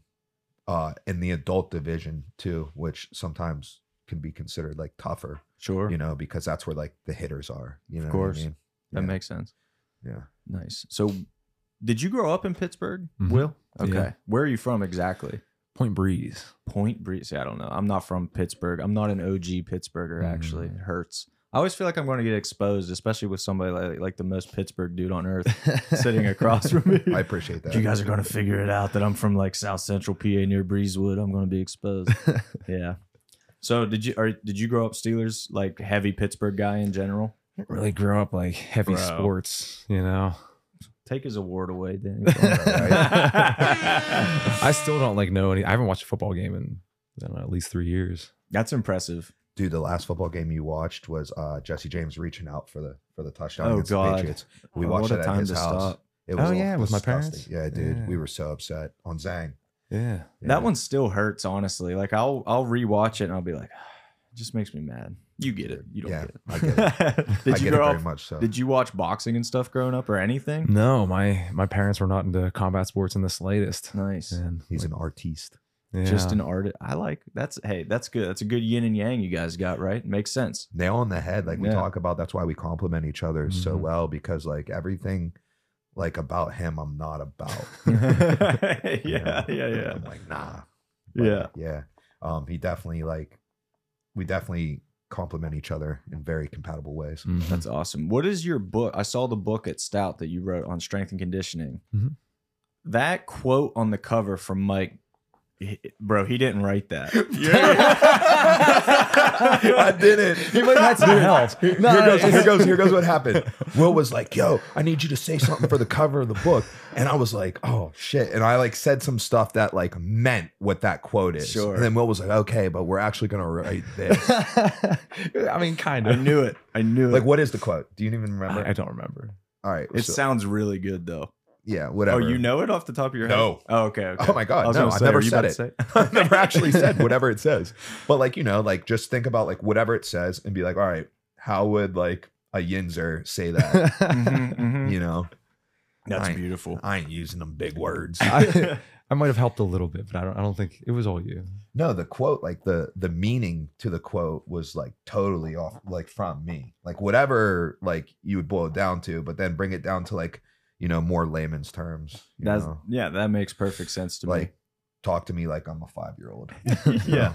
[SPEAKER 1] uh in the adult division too, which sometimes can be considered like tougher,
[SPEAKER 2] Sure.
[SPEAKER 1] you know, because that's where like the hitters are. You know what I
[SPEAKER 2] course.
[SPEAKER 1] mean?
[SPEAKER 2] that
[SPEAKER 1] yeah.
[SPEAKER 2] makes sense.
[SPEAKER 1] Yeah.
[SPEAKER 2] Nice. So did you grow up in Pittsburgh?
[SPEAKER 1] Mm-hmm.
[SPEAKER 3] Mhm.
[SPEAKER 2] Will? Okay.
[SPEAKER 3] Yeah.
[SPEAKER 2] Where are you from exactly?
[SPEAKER 3] Point Breeze.
[SPEAKER 2] Point Breeze. I don't know. I'm not from Pittsburgh. I'm not an OG Pittsburgher. Actually,
[SPEAKER 1] Mm.
[SPEAKER 2] it hurts. I always feel like I'm going to get exposed, especially with somebody like, like the most Pittsburgh dude on earth sitting across from me.
[SPEAKER 1] I appreciate that.
[SPEAKER 2] you guys are going to figure it out that I'm from like South Central PA near Breezewood. I'm going to be exposed. yeah. So did you or did you grow up Steelers like heavy Pittsburgh guy in general?
[SPEAKER 3] I didn't really grew up like heavy
[SPEAKER 2] Bro.
[SPEAKER 3] sports, you know.
[SPEAKER 2] Take his award away, then.
[SPEAKER 3] I still don't like know any. I haven't watched a football game in I don't know, at least three years.
[SPEAKER 2] That's impressive.
[SPEAKER 1] Dude, the last football game you watched was uh Jesse James reaching out for the for the touchdown
[SPEAKER 2] Oh,
[SPEAKER 1] against
[SPEAKER 2] God.
[SPEAKER 1] the Patriots. We
[SPEAKER 2] Oh,
[SPEAKER 1] watched
[SPEAKER 2] what a
[SPEAKER 1] that
[SPEAKER 2] time
[SPEAKER 1] at his
[SPEAKER 2] to
[SPEAKER 1] house.
[SPEAKER 2] stop.
[SPEAKER 1] It
[SPEAKER 3] Oh, yeah, with my parents?
[SPEAKER 1] Yeah, dude.
[SPEAKER 3] Yeah.
[SPEAKER 1] We were so upset on Zang.
[SPEAKER 3] Yeah.
[SPEAKER 1] Yeah.
[SPEAKER 2] That one still hurts, honestly. Like I'll I'll rewatch it and I'll be like, it just makes me mad. You get it. You don't
[SPEAKER 1] Yeah, I
[SPEAKER 2] get it. did
[SPEAKER 1] I
[SPEAKER 2] you
[SPEAKER 1] get
[SPEAKER 2] grow
[SPEAKER 1] it
[SPEAKER 2] up?
[SPEAKER 1] very much so.
[SPEAKER 2] Did you watch boxing and stuff growing up or anything?
[SPEAKER 3] No, my my parents were not into combat sports in the slightest.
[SPEAKER 2] Nice.
[SPEAKER 3] And
[SPEAKER 1] He's an artiste.
[SPEAKER 3] yeah.
[SPEAKER 2] Just an artist. I like that's hey, that's good. That's a good yin and yang you guys got, right? Makes sense.
[SPEAKER 1] nail on the head like we
[SPEAKER 2] Yeah.
[SPEAKER 1] talk about that's why we complement each other so
[SPEAKER 3] Mhm.
[SPEAKER 1] well because like everything like about him i'm not about
[SPEAKER 2] yeah,
[SPEAKER 1] you know?
[SPEAKER 2] yeah, yeah.
[SPEAKER 1] i'm like nah
[SPEAKER 2] Yeah.
[SPEAKER 1] yeah um he definitely like we definitely complement each other in very compatible ways
[SPEAKER 3] Mhm.
[SPEAKER 2] That's awesome. What is your book? I saw the book at Stout that you wrote on strength and conditioning.
[SPEAKER 3] Mhm.
[SPEAKER 2] That quote on the cover from Mike, he- bro, he didn't write that.
[SPEAKER 1] I did it. He might have
[SPEAKER 3] some help.
[SPEAKER 1] Here,
[SPEAKER 3] No,
[SPEAKER 1] goes,
[SPEAKER 3] it's-
[SPEAKER 1] here goes, here goes what happened. Will was like, yo, I need you to say something for the cover of the book. And I was like, oh shit. And I like said some stuff that like meant what that quote is.
[SPEAKER 2] Sure.
[SPEAKER 1] And then Will was like, okay, but we're actually gonna write this.
[SPEAKER 3] I mean, kind
[SPEAKER 2] I
[SPEAKER 3] of.
[SPEAKER 2] knew it. I knew
[SPEAKER 1] like,
[SPEAKER 2] it.
[SPEAKER 1] what is the quote? Do you even remember?
[SPEAKER 3] I, I don't remember.
[SPEAKER 1] All right.
[SPEAKER 2] It
[SPEAKER 1] so-
[SPEAKER 2] sounds really good though.
[SPEAKER 1] yeah, whatever.
[SPEAKER 2] Oh, you know it off the top of your head?
[SPEAKER 1] No.
[SPEAKER 2] Oh, okay. okay.
[SPEAKER 1] Oh my god,
[SPEAKER 2] was
[SPEAKER 1] no,
[SPEAKER 2] gonna
[SPEAKER 1] I've
[SPEAKER 2] say,
[SPEAKER 1] never
[SPEAKER 2] are you
[SPEAKER 1] said
[SPEAKER 2] about
[SPEAKER 1] it.
[SPEAKER 2] to
[SPEAKER 1] I've never actually said whatever it says. But like, you know, like just think about like whatever it says and be like, all right, how would like a Yinzer say that?
[SPEAKER 2] Mhm, mhm.
[SPEAKER 1] you know?
[SPEAKER 2] That's
[SPEAKER 1] I-
[SPEAKER 2] beautiful.
[SPEAKER 1] I ain't using them big words.
[SPEAKER 3] I, I might have helped a little bit, but I don't. I don't think it was all you.
[SPEAKER 1] no, the quote, like the the meaning to the quote was like totally off, like from me, like whatever, like you would boil it down to, but then bring it down to like you know more layman's terms. You
[SPEAKER 2] That's
[SPEAKER 1] know?
[SPEAKER 2] yeah, that makes perfect sense to
[SPEAKER 1] like talk to me like I'm a five year old.
[SPEAKER 2] me. yeah.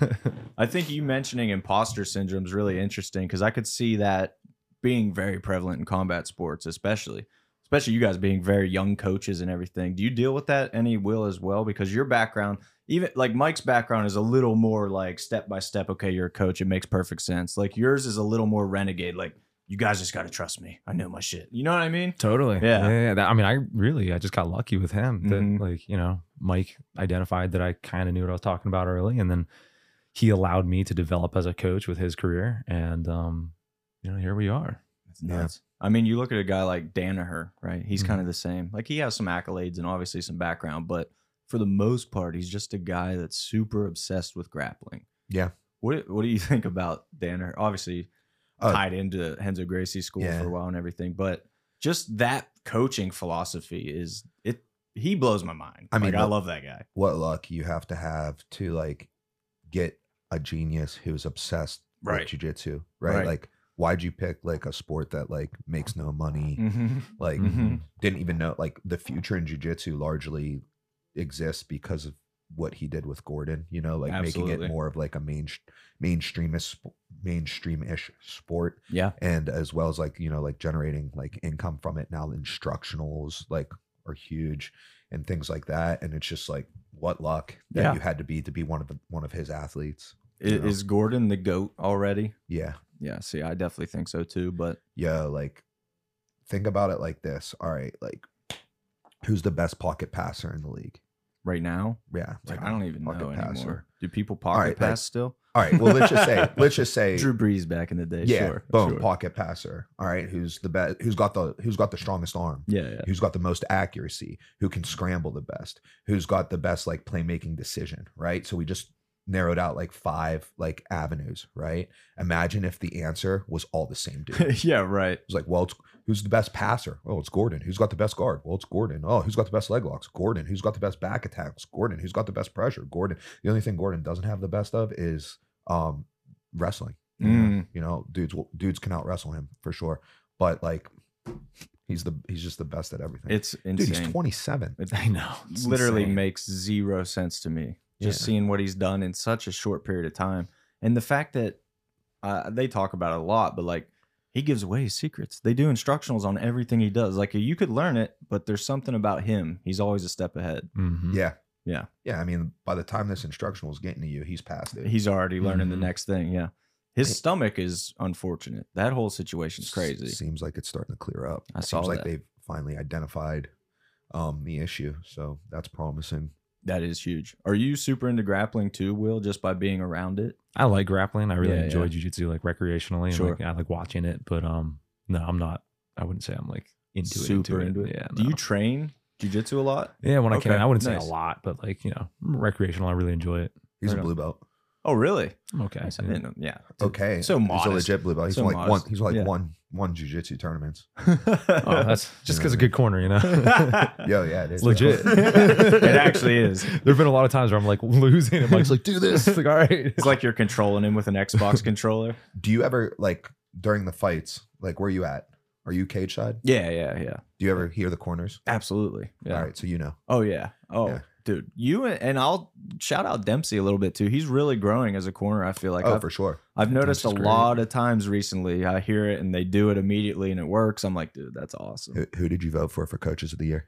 [SPEAKER 2] I think you mentioning imposter syndrome is really interesting because I could see that being very prevalent in combat sports, especially, especially you guys being very young coaches and everything. Do you deal with that any will as well? Because your background, even like Mike's background, is a little more like step by step. Okay, you're a coach; it makes perfect sense. Like yours is a little more renegade. Like you guys just got to trust me. I know my shit. You know what I mean?
[SPEAKER 3] Totally.
[SPEAKER 2] Yeah.
[SPEAKER 3] yeah. That, I mean, I really, I just got lucky with him. That,
[SPEAKER 2] Mhm.
[SPEAKER 3] Like, you know, Mike identified that I kind of knew what I was talking about early, and then he allowed me to develop as a coach with his career, and um, you know, here we are.
[SPEAKER 2] It's nuts. I mean, you look at a guy like Danaher, right? He's
[SPEAKER 3] Mhm.
[SPEAKER 1] Mm-hmm.
[SPEAKER 2] kind of the same. Like he has some accolades and obviously some background, but for the most part, he's just a guy that's super obsessed with grappling.
[SPEAKER 1] Yeah.
[SPEAKER 2] What What do you think about Danaher? Obviously,
[SPEAKER 1] Oh.
[SPEAKER 2] tied into Henzo Gracie school
[SPEAKER 1] Yeah.
[SPEAKER 2] for a while and everything, but just that coaching philosophy is it. He blows my mind.
[SPEAKER 1] I mean,
[SPEAKER 2] Like, I
[SPEAKER 1] look-
[SPEAKER 2] love that guy.
[SPEAKER 1] What luck you have to have to like get a genius who's obsessed
[SPEAKER 2] Right.
[SPEAKER 1] with jujitsu, right?
[SPEAKER 2] Right.
[SPEAKER 1] Like, why'd you pick like a sport that like makes no money?
[SPEAKER 2] Mm.
[SPEAKER 1] Like,
[SPEAKER 2] Mhm.
[SPEAKER 1] didn't even know like the future in jiu-jitsu largely exists because of what he did with Gordon, you know, like making
[SPEAKER 2] Absolutely.
[SPEAKER 1] it more of like a main mainstreamish mainstream-ish sport
[SPEAKER 2] Yeah.
[SPEAKER 1] and as well as like, you know, like generating like income from it now instructionals like are huge and things like that and it's just like what luck that
[SPEAKER 2] Yeah.
[SPEAKER 1] you had to be to be one of the, one of his athletes.
[SPEAKER 2] I-
[SPEAKER 1] Yeah.
[SPEAKER 2] Is Gordon the goat already?
[SPEAKER 1] Yeah.
[SPEAKER 2] Yeah. See, I definitely think so too. But
[SPEAKER 1] yo, like, think about it like this. All right, like, who's the best pocket passer in the league?
[SPEAKER 2] right now,
[SPEAKER 1] Yeah,
[SPEAKER 2] Like
[SPEAKER 1] right
[SPEAKER 2] I
[SPEAKER 1] now,
[SPEAKER 2] don't even know
[SPEAKER 1] pocket
[SPEAKER 2] anymore.
[SPEAKER 1] passer.
[SPEAKER 2] Do people pocket
[SPEAKER 1] right, like-
[SPEAKER 2] pass still?
[SPEAKER 1] All right. Well, let's just say, let's just say,
[SPEAKER 2] Drew Brees back in the day.
[SPEAKER 1] yeah,
[SPEAKER 2] sure.
[SPEAKER 1] boom,
[SPEAKER 2] sure.
[SPEAKER 1] pocket passer. All right, who's the best? Who's got the who's got the strongest arm?
[SPEAKER 2] Yeah, yeah.
[SPEAKER 1] Who's got the most accuracy? Who can scramble the best? Who's got the best like playmaking decision? Right. So we just narrowed out like five like avenues. Right. Imagine if the answer was all the same dude. It
[SPEAKER 2] yeah, right.
[SPEAKER 1] was like, well, it's, who's the best passer? Oh, it's Gordon. Who's got the best guard? Well, it's Gordon. Oh, who's got the best leg locks? Gordon. Who's got the best back attacks? Gordon. Who's got the best pressure? Gordon. The only thing Gordon doesn't have the best of is um wrestling.
[SPEAKER 2] Mm.
[SPEAKER 1] You know, dudes will- dudes can out wrestle him for sure. But like he's the he's just the best at everything.
[SPEAKER 2] It's
[SPEAKER 1] Dude,
[SPEAKER 2] insane.
[SPEAKER 1] he's 27.
[SPEAKER 2] It
[SPEAKER 3] I know. it's
[SPEAKER 2] literally
[SPEAKER 3] insane.
[SPEAKER 2] makes zero sense to me. Just
[SPEAKER 1] Yeah.
[SPEAKER 2] seeing what he's done in such a short period of time, and the fact that uh, they talk about it a lot, but like he gives away his secrets. They do instructionals on everything he does. Like you could learn it, but there's something about him. He's always a step ahead.
[SPEAKER 3] Mhm.
[SPEAKER 1] Yeah.
[SPEAKER 2] Yeah.
[SPEAKER 1] Yeah. I mean, by the time this instructional is getting to you, he's past it.
[SPEAKER 2] He's already learning
[SPEAKER 3] Mhm.
[SPEAKER 1] Mm-hmm.
[SPEAKER 2] the next thing. Yeah, his stomach is unfortunate. That whole situation's
[SPEAKER 1] S-
[SPEAKER 2] crazy.
[SPEAKER 1] Seems like it's starting to clear up.
[SPEAKER 2] I saw
[SPEAKER 1] Seems like
[SPEAKER 2] that.
[SPEAKER 1] they've finally identified um the issue. So that's promising.
[SPEAKER 2] That is huge. Are you super into grappling too, Will? Just by being around it?
[SPEAKER 3] I like grappling. I really
[SPEAKER 2] Yeah,
[SPEAKER 3] enjoy
[SPEAKER 2] yeah.
[SPEAKER 3] jujitsu, like recreationally. And
[SPEAKER 2] Sure.
[SPEAKER 3] like, I like watching it, but um, no, I'm not. I wouldn't say I'm like into it.
[SPEAKER 2] super into it.
[SPEAKER 3] Yeah.
[SPEAKER 2] Do you
[SPEAKER 3] no.
[SPEAKER 2] train jujitsu a lot?
[SPEAKER 3] yeah, when I came,
[SPEAKER 2] Okay,
[SPEAKER 3] I wouldn't say
[SPEAKER 2] nice.
[SPEAKER 3] a lot, but like you know, recreational. I really enjoy it.
[SPEAKER 1] He's
[SPEAKER 2] Right
[SPEAKER 1] a
[SPEAKER 2] on.
[SPEAKER 1] blue belt.
[SPEAKER 2] Oh, really?
[SPEAKER 3] I'm okay.
[SPEAKER 2] Nice. I
[SPEAKER 3] yeah.
[SPEAKER 2] didn't know. Yeah.
[SPEAKER 1] Okay.
[SPEAKER 2] so
[SPEAKER 1] He's a
[SPEAKER 2] modest.
[SPEAKER 1] legit blue belt. He's
[SPEAKER 2] So
[SPEAKER 1] like
[SPEAKER 2] modest.
[SPEAKER 1] one he's like
[SPEAKER 2] Yeah.
[SPEAKER 1] one one jujitsu tournaments.
[SPEAKER 3] Oh, that's just because a good corner, you know.
[SPEAKER 2] it
[SPEAKER 1] Yo, yeah, it is.
[SPEAKER 3] It's legit.
[SPEAKER 2] actually is.
[SPEAKER 3] There's been a lot of times where I'm like losing, and Mike's like, "Do this." It's like, all right.
[SPEAKER 2] It's like you're controlling him with an Xbox controller.
[SPEAKER 1] Do you ever like during the fights, like where you at? Are you cage side?
[SPEAKER 2] Yeah, yeah, yeah.
[SPEAKER 1] Do you ever hear the corners?
[SPEAKER 2] Absolutely. Yeah.
[SPEAKER 1] All right, so you know.
[SPEAKER 2] Oh yeah. Oh,
[SPEAKER 1] Yeah.
[SPEAKER 2] dude, you and, and I'll shout out Dempsey a little bit too. He's really growing as a corner. I feel like
[SPEAKER 1] oh,
[SPEAKER 2] I've,
[SPEAKER 1] for sure.
[SPEAKER 2] I've noticed a
[SPEAKER 3] Dempsey's great.
[SPEAKER 2] lot of times recently. I hear it and they do it immediately and it works. I'm like, dude, that's awesome.
[SPEAKER 1] Who, who did you vote for for coaches of the year?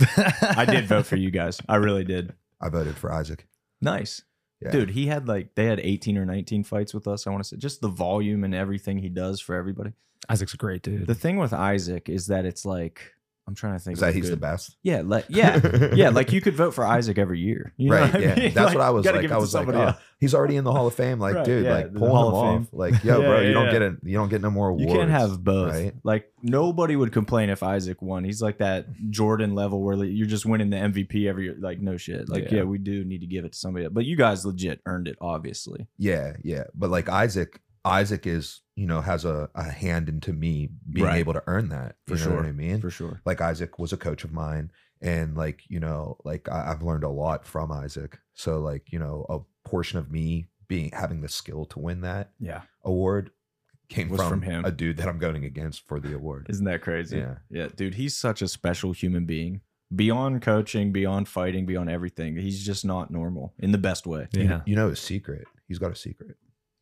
[SPEAKER 2] I did vote for you guys. I really did.
[SPEAKER 1] I voted for Isaac.
[SPEAKER 2] Nice.
[SPEAKER 1] Yeah.
[SPEAKER 2] Dude, he had like they had 18 or 19 fights with us. I want to say just the volume and everything he does for everybody.
[SPEAKER 3] Isaac's a great dude.
[SPEAKER 2] The thing with Isaac is that it's like I'm trying to think.
[SPEAKER 1] is
[SPEAKER 2] of a
[SPEAKER 1] that he's the
[SPEAKER 2] good-
[SPEAKER 1] best?
[SPEAKER 2] Yeah, like yeah, yeah. Like you could vote for Isaac every year. You know
[SPEAKER 1] right.
[SPEAKER 2] what I
[SPEAKER 1] yeah.
[SPEAKER 2] mean?
[SPEAKER 1] That's what I was
[SPEAKER 2] gotta
[SPEAKER 1] like.
[SPEAKER 2] give it
[SPEAKER 1] I
[SPEAKER 2] to
[SPEAKER 1] was like,
[SPEAKER 2] somebody
[SPEAKER 1] oh,
[SPEAKER 2] else.
[SPEAKER 1] he's already in the Hall of Fame. Like,
[SPEAKER 2] Right,
[SPEAKER 1] dude,
[SPEAKER 2] yeah,
[SPEAKER 1] like
[SPEAKER 2] the
[SPEAKER 1] pull him
[SPEAKER 2] Hall of
[SPEAKER 1] off.
[SPEAKER 2] Fame.
[SPEAKER 1] Like, yo,
[SPEAKER 2] Yeah,
[SPEAKER 1] bro,
[SPEAKER 2] yeah,
[SPEAKER 1] you don't
[SPEAKER 2] yeah.
[SPEAKER 1] get it. You don't get no more awards.
[SPEAKER 2] You can't have both.
[SPEAKER 1] right?
[SPEAKER 2] Like nobody would complain if Isaac won. He's like that Jordan level where like, you're just winning the MVP every year. Like no shit. Like yeah,
[SPEAKER 3] Yeah.
[SPEAKER 2] we do need to give it to somebody. else. But you guys legit earned it, obviously.
[SPEAKER 1] Yeah, yeah. But like Isaac, Isaac is you know has a, a hand into me being
[SPEAKER 2] Right.
[SPEAKER 1] able to earn that.
[SPEAKER 2] For
[SPEAKER 1] you know what
[SPEAKER 2] sure.
[SPEAKER 1] I mean?
[SPEAKER 2] For sure.
[SPEAKER 1] like Isaac was a coach of mine, and like you know, like I, I've learned a lot from Isaac. So like you know, a portion of me being having the skill to win that
[SPEAKER 2] Yeah.
[SPEAKER 1] award came
[SPEAKER 2] Was
[SPEAKER 1] from,
[SPEAKER 2] from him.
[SPEAKER 1] a dude that I'm going against for the award.
[SPEAKER 2] Isn't that crazy?
[SPEAKER 1] Yeah.
[SPEAKER 2] Yeah, dude, he's such a special human being. Beyond coaching, beyond fighting, beyond everything, he's just not normal in the best way.
[SPEAKER 1] You-
[SPEAKER 3] yeah.
[SPEAKER 1] you, know his secret. He's got a secret.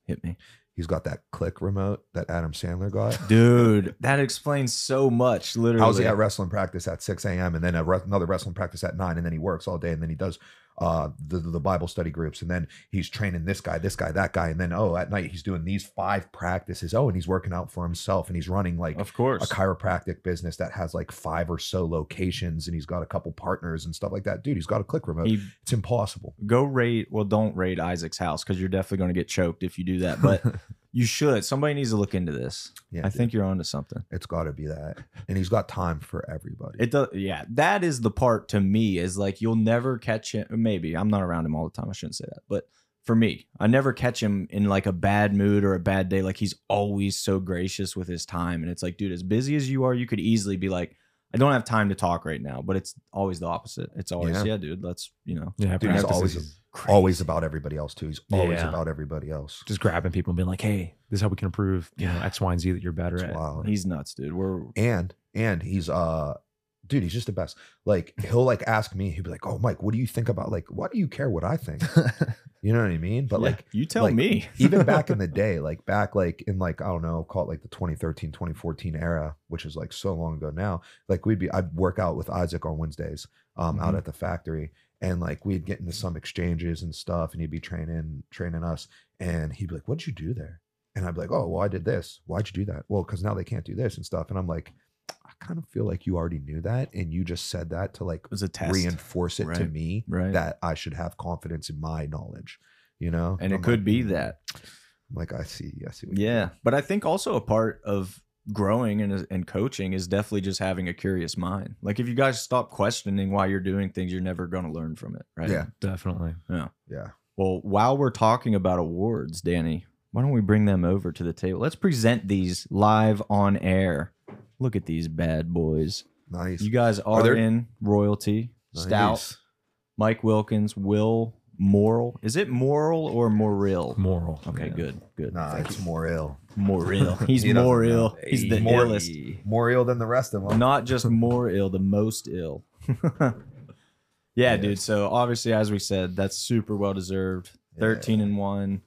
[SPEAKER 2] Hit me.
[SPEAKER 1] He's got that click remote that Adam Sandler got.
[SPEAKER 2] Dude, that explains so much, literally.
[SPEAKER 1] I was at wrestling practice at 6 a.m. and then a re- another wrestling practice at 9 and then he works all day and then he does uh, the, the Bible study groups and then he's training this guy, this guy, that guy. And then, oh, at night he's doing these five practices. Oh, and he's working out for himself and he's running like
[SPEAKER 2] Of course.
[SPEAKER 1] a chiropractic business that has like five or so locations and he's got a couple partners and stuff like that. Dude, he's got a click remote.
[SPEAKER 2] He-
[SPEAKER 1] it's impossible.
[SPEAKER 2] go raid, well, don't raid Isaac's house because you're definitely going to get choked if you do that. But you should. Somebody needs to look into this.
[SPEAKER 1] Yeah,
[SPEAKER 2] I
[SPEAKER 1] dude,
[SPEAKER 2] think you're onto something.
[SPEAKER 1] it's got to be that. And he's got time for everybody.
[SPEAKER 2] It does. Yeah, that is the part to me is like you'll never catch him. Maybe I'm not around him all the time. I shouldn't say that, but for me, I never catch him in like a bad mood or a bad day. Like he's always so gracious with his time, and it's like, dude, as busy as you are, you could easily be like, I don't have time to talk right now. But it's always the opposite. It's always,
[SPEAKER 1] Yeah.
[SPEAKER 2] yeah, dude, let's you know,
[SPEAKER 3] Yeah.
[SPEAKER 1] Dude, he's
[SPEAKER 3] practice
[SPEAKER 1] always
[SPEAKER 3] is
[SPEAKER 1] always about everybody else too. He's always
[SPEAKER 3] Yeah.
[SPEAKER 1] about everybody else.
[SPEAKER 3] just grabbing people and being like, "Hey, this is how we can improve, you know, X, Y, and Z that you're better
[SPEAKER 1] It's
[SPEAKER 3] at."
[SPEAKER 1] wild.
[SPEAKER 2] he's nuts, dude. We're
[SPEAKER 1] and and he's uh dude he's just the best like he'll like ask me he'll be like oh mike what do you think about like why do you care what i think you know what i mean but
[SPEAKER 2] Yeah,
[SPEAKER 1] like
[SPEAKER 2] you tell
[SPEAKER 1] like,
[SPEAKER 2] me,
[SPEAKER 1] even back in the day like back like in like i don't know call it like the 2013 2014 era which is like so long ago now like we'd be i'd work out with isaac on wednesdays um out
[SPEAKER 2] Mm-hmm.
[SPEAKER 3] Mhm.
[SPEAKER 1] at the factory and like we'd get into some exchanges and stuff and he'd be training training us and he'd be like what'd you do there and i'd be like oh well i did this why'd you do that well because now they can't do this and stuff and i'm like i kind of feel like you already knew that and you just said that to like
[SPEAKER 2] it was a test,
[SPEAKER 1] reinforce it to
[SPEAKER 2] Right.
[SPEAKER 1] me
[SPEAKER 2] right?
[SPEAKER 1] that i should have confidence in my knowledge you know.
[SPEAKER 2] and
[SPEAKER 1] I'm
[SPEAKER 2] it could
[SPEAKER 1] like,
[SPEAKER 2] be
[SPEAKER 1] "Mm."
[SPEAKER 2] that.
[SPEAKER 1] I'm like I see, I see. What you
[SPEAKER 2] Yeah, but I think also a part of growing and and coaching is definitely just having a curious mind. Like if you guys stop questioning why you're doing things, you're never going to learn from it, right?
[SPEAKER 1] Yeah.
[SPEAKER 3] Definitely.
[SPEAKER 1] yeah.
[SPEAKER 2] Well, while we're talking about awards, Danny, why don't we bring them over to the table? Let's present these live on air. Look at these bad boys.
[SPEAKER 1] Nice.
[SPEAKER 2] You guys are,
[SPEAKER 1] there-
[SPEAKER 2] in royalty.
[SPEAKER 1] Nice.
[SPEAKER 2] Stout, Mike Wilkins, Will Morrill. Is it Morrill or Morrill?
[SPEAKER 3] Moral.
[SPEAKER 2] Okay,
[SPEAKER 3] yeah.
[SPEAKER 2] good, good.
[SPEAKER 1] Nah, it's more ill.
[SPEAKER 2] more ill. He's
[SPEAKER 1] He doesn't
[SPEAKER 2] more
[SPEAKER 1] know.
[SPEAKER 2] ill. He's the
[SPEAKER 1] More-
[SPEAKER 2] illest.
[SPEAKER 1] More ill than the rest of them.
[SPEAKER 2] Not just more ill, the most ill. yeah, dude. So obviously, as we said, that's super well deserved.
[SPEAKER 1] Yeah.
[SPEAKER 2] Thirteen and one.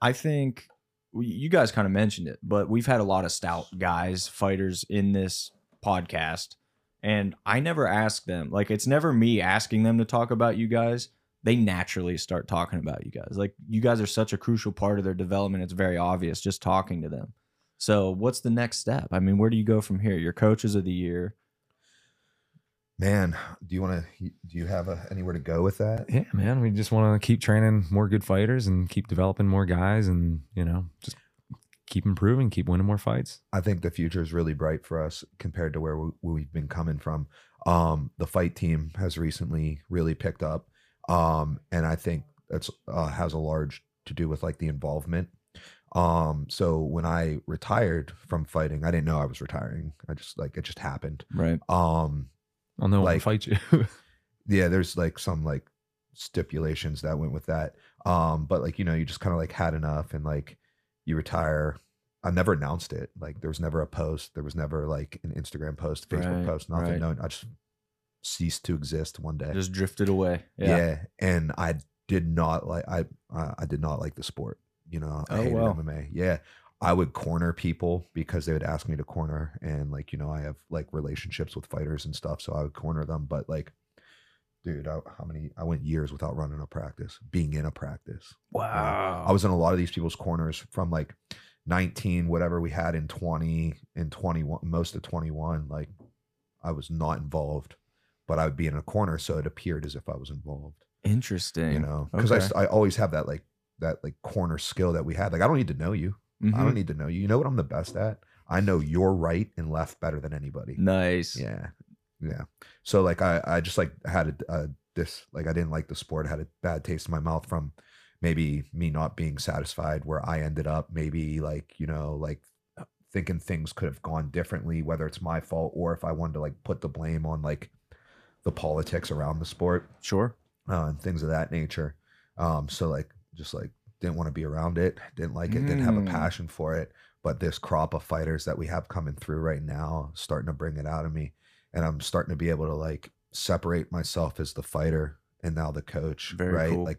[SPEAKER 2] I think we- you guys kind of mentioned it, but we've had a lot of stout guys, fighters in this podcast, and I never ask them. Like, it's never me asking them to talk about you guys. They naturally start talking about you guys. Like, you guys are such a crucial part of their development. It's very obvious just talking to them. So, what's the next step? I mean, where do you go from here? Your coaches of the year.
[SPEAKER 1] Man, do you want to? Do you have a, anywhere to go with that?
[SPEAKER 3] Yeah, man. We just want to keep training more good fighters and keep developing more guys and, you know, just keep improving, keep winning more fights.
[SPEAKER 1] I think the future is really bright for us compared to where we, we've been coming from. Um, the fight team has recently really picked up, um, and I think that's uh, has a large to do with like the involvement. Um, so when I retired from fighting, I didn't know I was retiring. I just like it just happened.
[SPEAKER 2] Right.
[SPEAKER 1] Um,
[SPEAKER 3] I'll know when I
[SPEAKER 1] Like-
[SPEAKER 3] fight you.
[SPEAKER 1] yeah, there's like some like stipulations that went with that. Um, but like you know, you just kind of like had enough and like you retire. I never announced it. Like there was never a post. There was never like an Instagram post, Facebook
[SPEAKER 2] Right,
[SPEAKER 1] post, nothing.
[SPEAKER 2] right.
[SPEAKER 1] No, I just ceased to exist one day.
[SPEAKER 2] Just drifted away.
[SPEAKER 1] yeah.
[SPEAKER 2] Yeah.
[SPEAKER 1] and I did not like. I I I did not like the sport. You know, I
[SPEAKER 2] Oh,
[SPEAKER 1] hated
[SPEAKER 2] wow.
[SPEAKER 1] MMA. Yeah. I would corner people because they would ask me to corner, and like you know, I have like relationships with fighters and stuff, so I would corner them. But like, dude, I, how many? I went years without running a practice, being in a practice.
[SPEAKER 2] Wow.
[SPEAKER 1] I was in a lot of these people's corners from like 19, whatever we had in 20 and 21, most of 21. Like I was not involved, but I would be in a corner. So it appeared as if I was involved,
[SPEAKER 2] Interesting.
[SPEAKER 1] you know, because I s I I, always have that like, that like corner skill that we had. Like, I don't need to know you. I
[SPEAKER 2] Mhm.
[SPEAKER 1] don't need to know you. You know what I'm the best at? I know your right and left better than anybody.
[SPEAKER 2] Nice.
[SPEAKER 1] Yeah. Yeah. So like I I just like had a, a this like I didn't like the sport, had a bad taste in my mouth from maybe me not being satisfied where I ended up, maybe like, you know, like thinking things could have gone differently whether it's my fault or if I wanted to like put the blame on like the politics around the sport
[SPEAKER 2] Sure.
[SPEAKER 1] uh, and things of that nature. Um, so like just like didn't want to be around it, didn't like it, didn't have a
[SPEAKER 2] Mm.
[SPEAKER 1] passion for it. But this crop of fighters that we have coming through right now starting to bring it out of me, and I'm starting to be able to like separate myself as the fighter and now the coach,
[SPEAKER 2] Very
[SPEAKER 1] right?
[SPEAKER 2] cool.
[SPEAKER 1] Like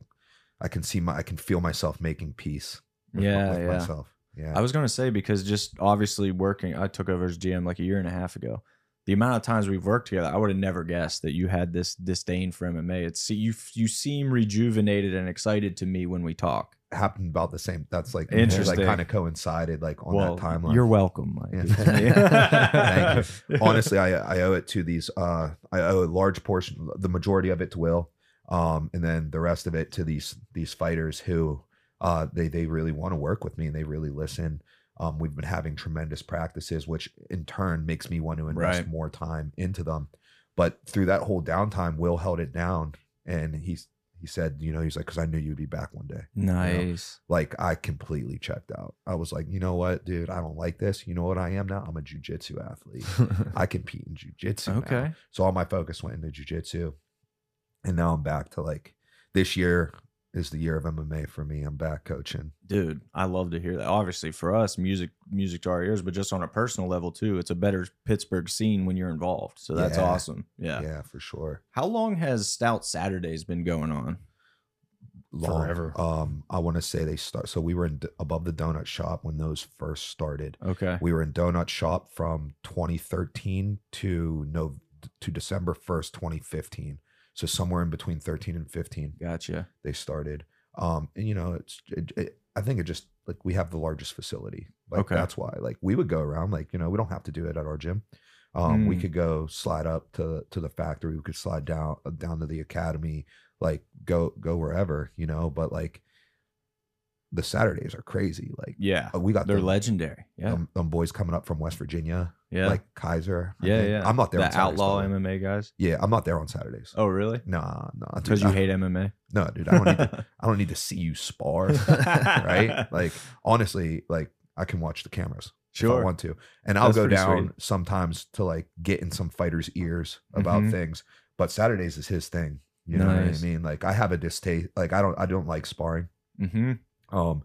[SPEAKER 1] I can see my, I can feel myself making peace. With, my-
[SPEAKER 2] Yeah.
[SPEAKER 1] with
[SPEAKER 2] Yeah.
[SPEAKER 1] myself. Yeah,
[SPEAKER 2] I was gonna say because just obviously working, I took over as GM like a year and a half ago. The amount of times we've worked together, I would have never guessed that you had this disdain for MMA. It's you you seem rejuvenated and excited to me when we talk.
[SPEAKER 1] happened about the same. That's like
[SPEAKER 2] Interesting.
[SPEAKER 1] Like kind of coincided like on
[SPEAKER 2] well,
[SPEAKER 1] that timeline.
[SPEAKER 2] you're welcome, Mike.
[SPEAKER 1] Yeah. honestly i i owe it to these uh i owe a large portion the majority of it to will um and then the rest of it to these these fighters who uh they they really want to work with me and they really listen um we've been having tremendous practices which in turn makes me want to invest
[SPEAKER 2] Right.
[SPEAKER 1] more time into them but through that whole downtime will held it down and he's he said you know he's like because i knew you'd be back one day
[SPEAKER 2] Nice.
[SPEAKER 1] like I completely checked out. I was like, you know what, dude, I don't like this. You know what I am now? I'm a jujitsu athlete. I compete in jujitsu. now.
[SPEAKER 2] Okay.
[SPEAKER 1] So all my focus went into jujitsu. And now I'm back to like this year is the year of MMA for me. I'm back coaching.
[SPEAKER 2] dude i love to hear that obviously for us music music to our ears but just on a personal level too it's a better pittsburgh scene when you're involved so that's
[SPEAKER 1] Yeah.
[SPEAKER 2] awesome yeah.
[SPEAKER 1] Yeah, for sure.
[SPEAKER 2] how long has stout saturdays been going on
[SPEAKER 1] Long.
[SPEAKER 3] Forever.
[SPEAKER 1] Um, I want to say they start. So we were in d- above the donut shop when those first started.
[SPEAKER 2] okay
[SPEAKER 1] We were in donut shop from 2013 to no to December 1st, 2015. So somewhere in between 13 and 15.
[SPEAKER 2] gotcha
[SPEAKER 1] they started. Um, and you know, it's it, it, I think it just like we have the largest facility. Like
[SPEAKER 2] Okay.
[SPEAKER 1] that's why. Like we would go around. Like you know, we don't have to do it at our gym. Um, we
[SPEAKER 2] Mm.
[SPEAKER 1] could go slide up to to the factory. We uh, could slide down down to the academy. Like go go wherever you know. But like the Saturdays are crazy. Like
[SPEAKER 2] Yeah.
[SPEAKER 1] uh, we got
[SPEAKER 2] They're
[SPEAKER 1] them-
[SPEAKER 2] legendary. Yeah.
[SPEAKER 1] them- them boys coming up from West Virginia,
[SPEAKER 2] yeah.
[SPEAKER 1] like Kaiser. I
[SPEAKER 2] yeah.
[SPEAKER 1] think.
[SPEAKER 2] Yeah.
[SPEAKER 1] I'm not there. on
[SPEAKER 2] The
[SPEAKER 1] Saturdays,
[SPEAKER 2] outlaw
[SPEAKER 1] by the way.
[SPEAKER 2] MMA guys.
[SPEAKER 1] Yeah, I'm not there on Saturdays.
[SPEAKER 2] Oh, really?
[SPEAKER 1] Nah, nah. dude,
[SPEAKER 2] Because you
[SPEAKER 1] I-
[SPEAKER 2] hate MMA.
[SPEAKER 1] No, dude. I don't need. To, I don't need to see you spar, right? Like honestly, like I can watch the cameras if I
[SPEAKER 2] sure.
[SPEAKER 1] want to, and I'll
[SPEAKER 2] That's
[SPEAKER 1] go
[SPEAKER 2] pretty
[SPEAKER 1] down
[SPEAKER 2] sweet.
[SPEAKER 1] sometimes to like get in some fighters' ears about
[SPEAKER 2] Mhm.
[SPEAKER 1] things. But Saturdays is his thing. You know what I
[SPEAKER 2] Nice.
[SPEAKER 1] mean? Like I have a distaste. Like I don't. I don't like sparring.
[SPEAKER 2] Mm-hmm.
[SPEAKER 1] Um,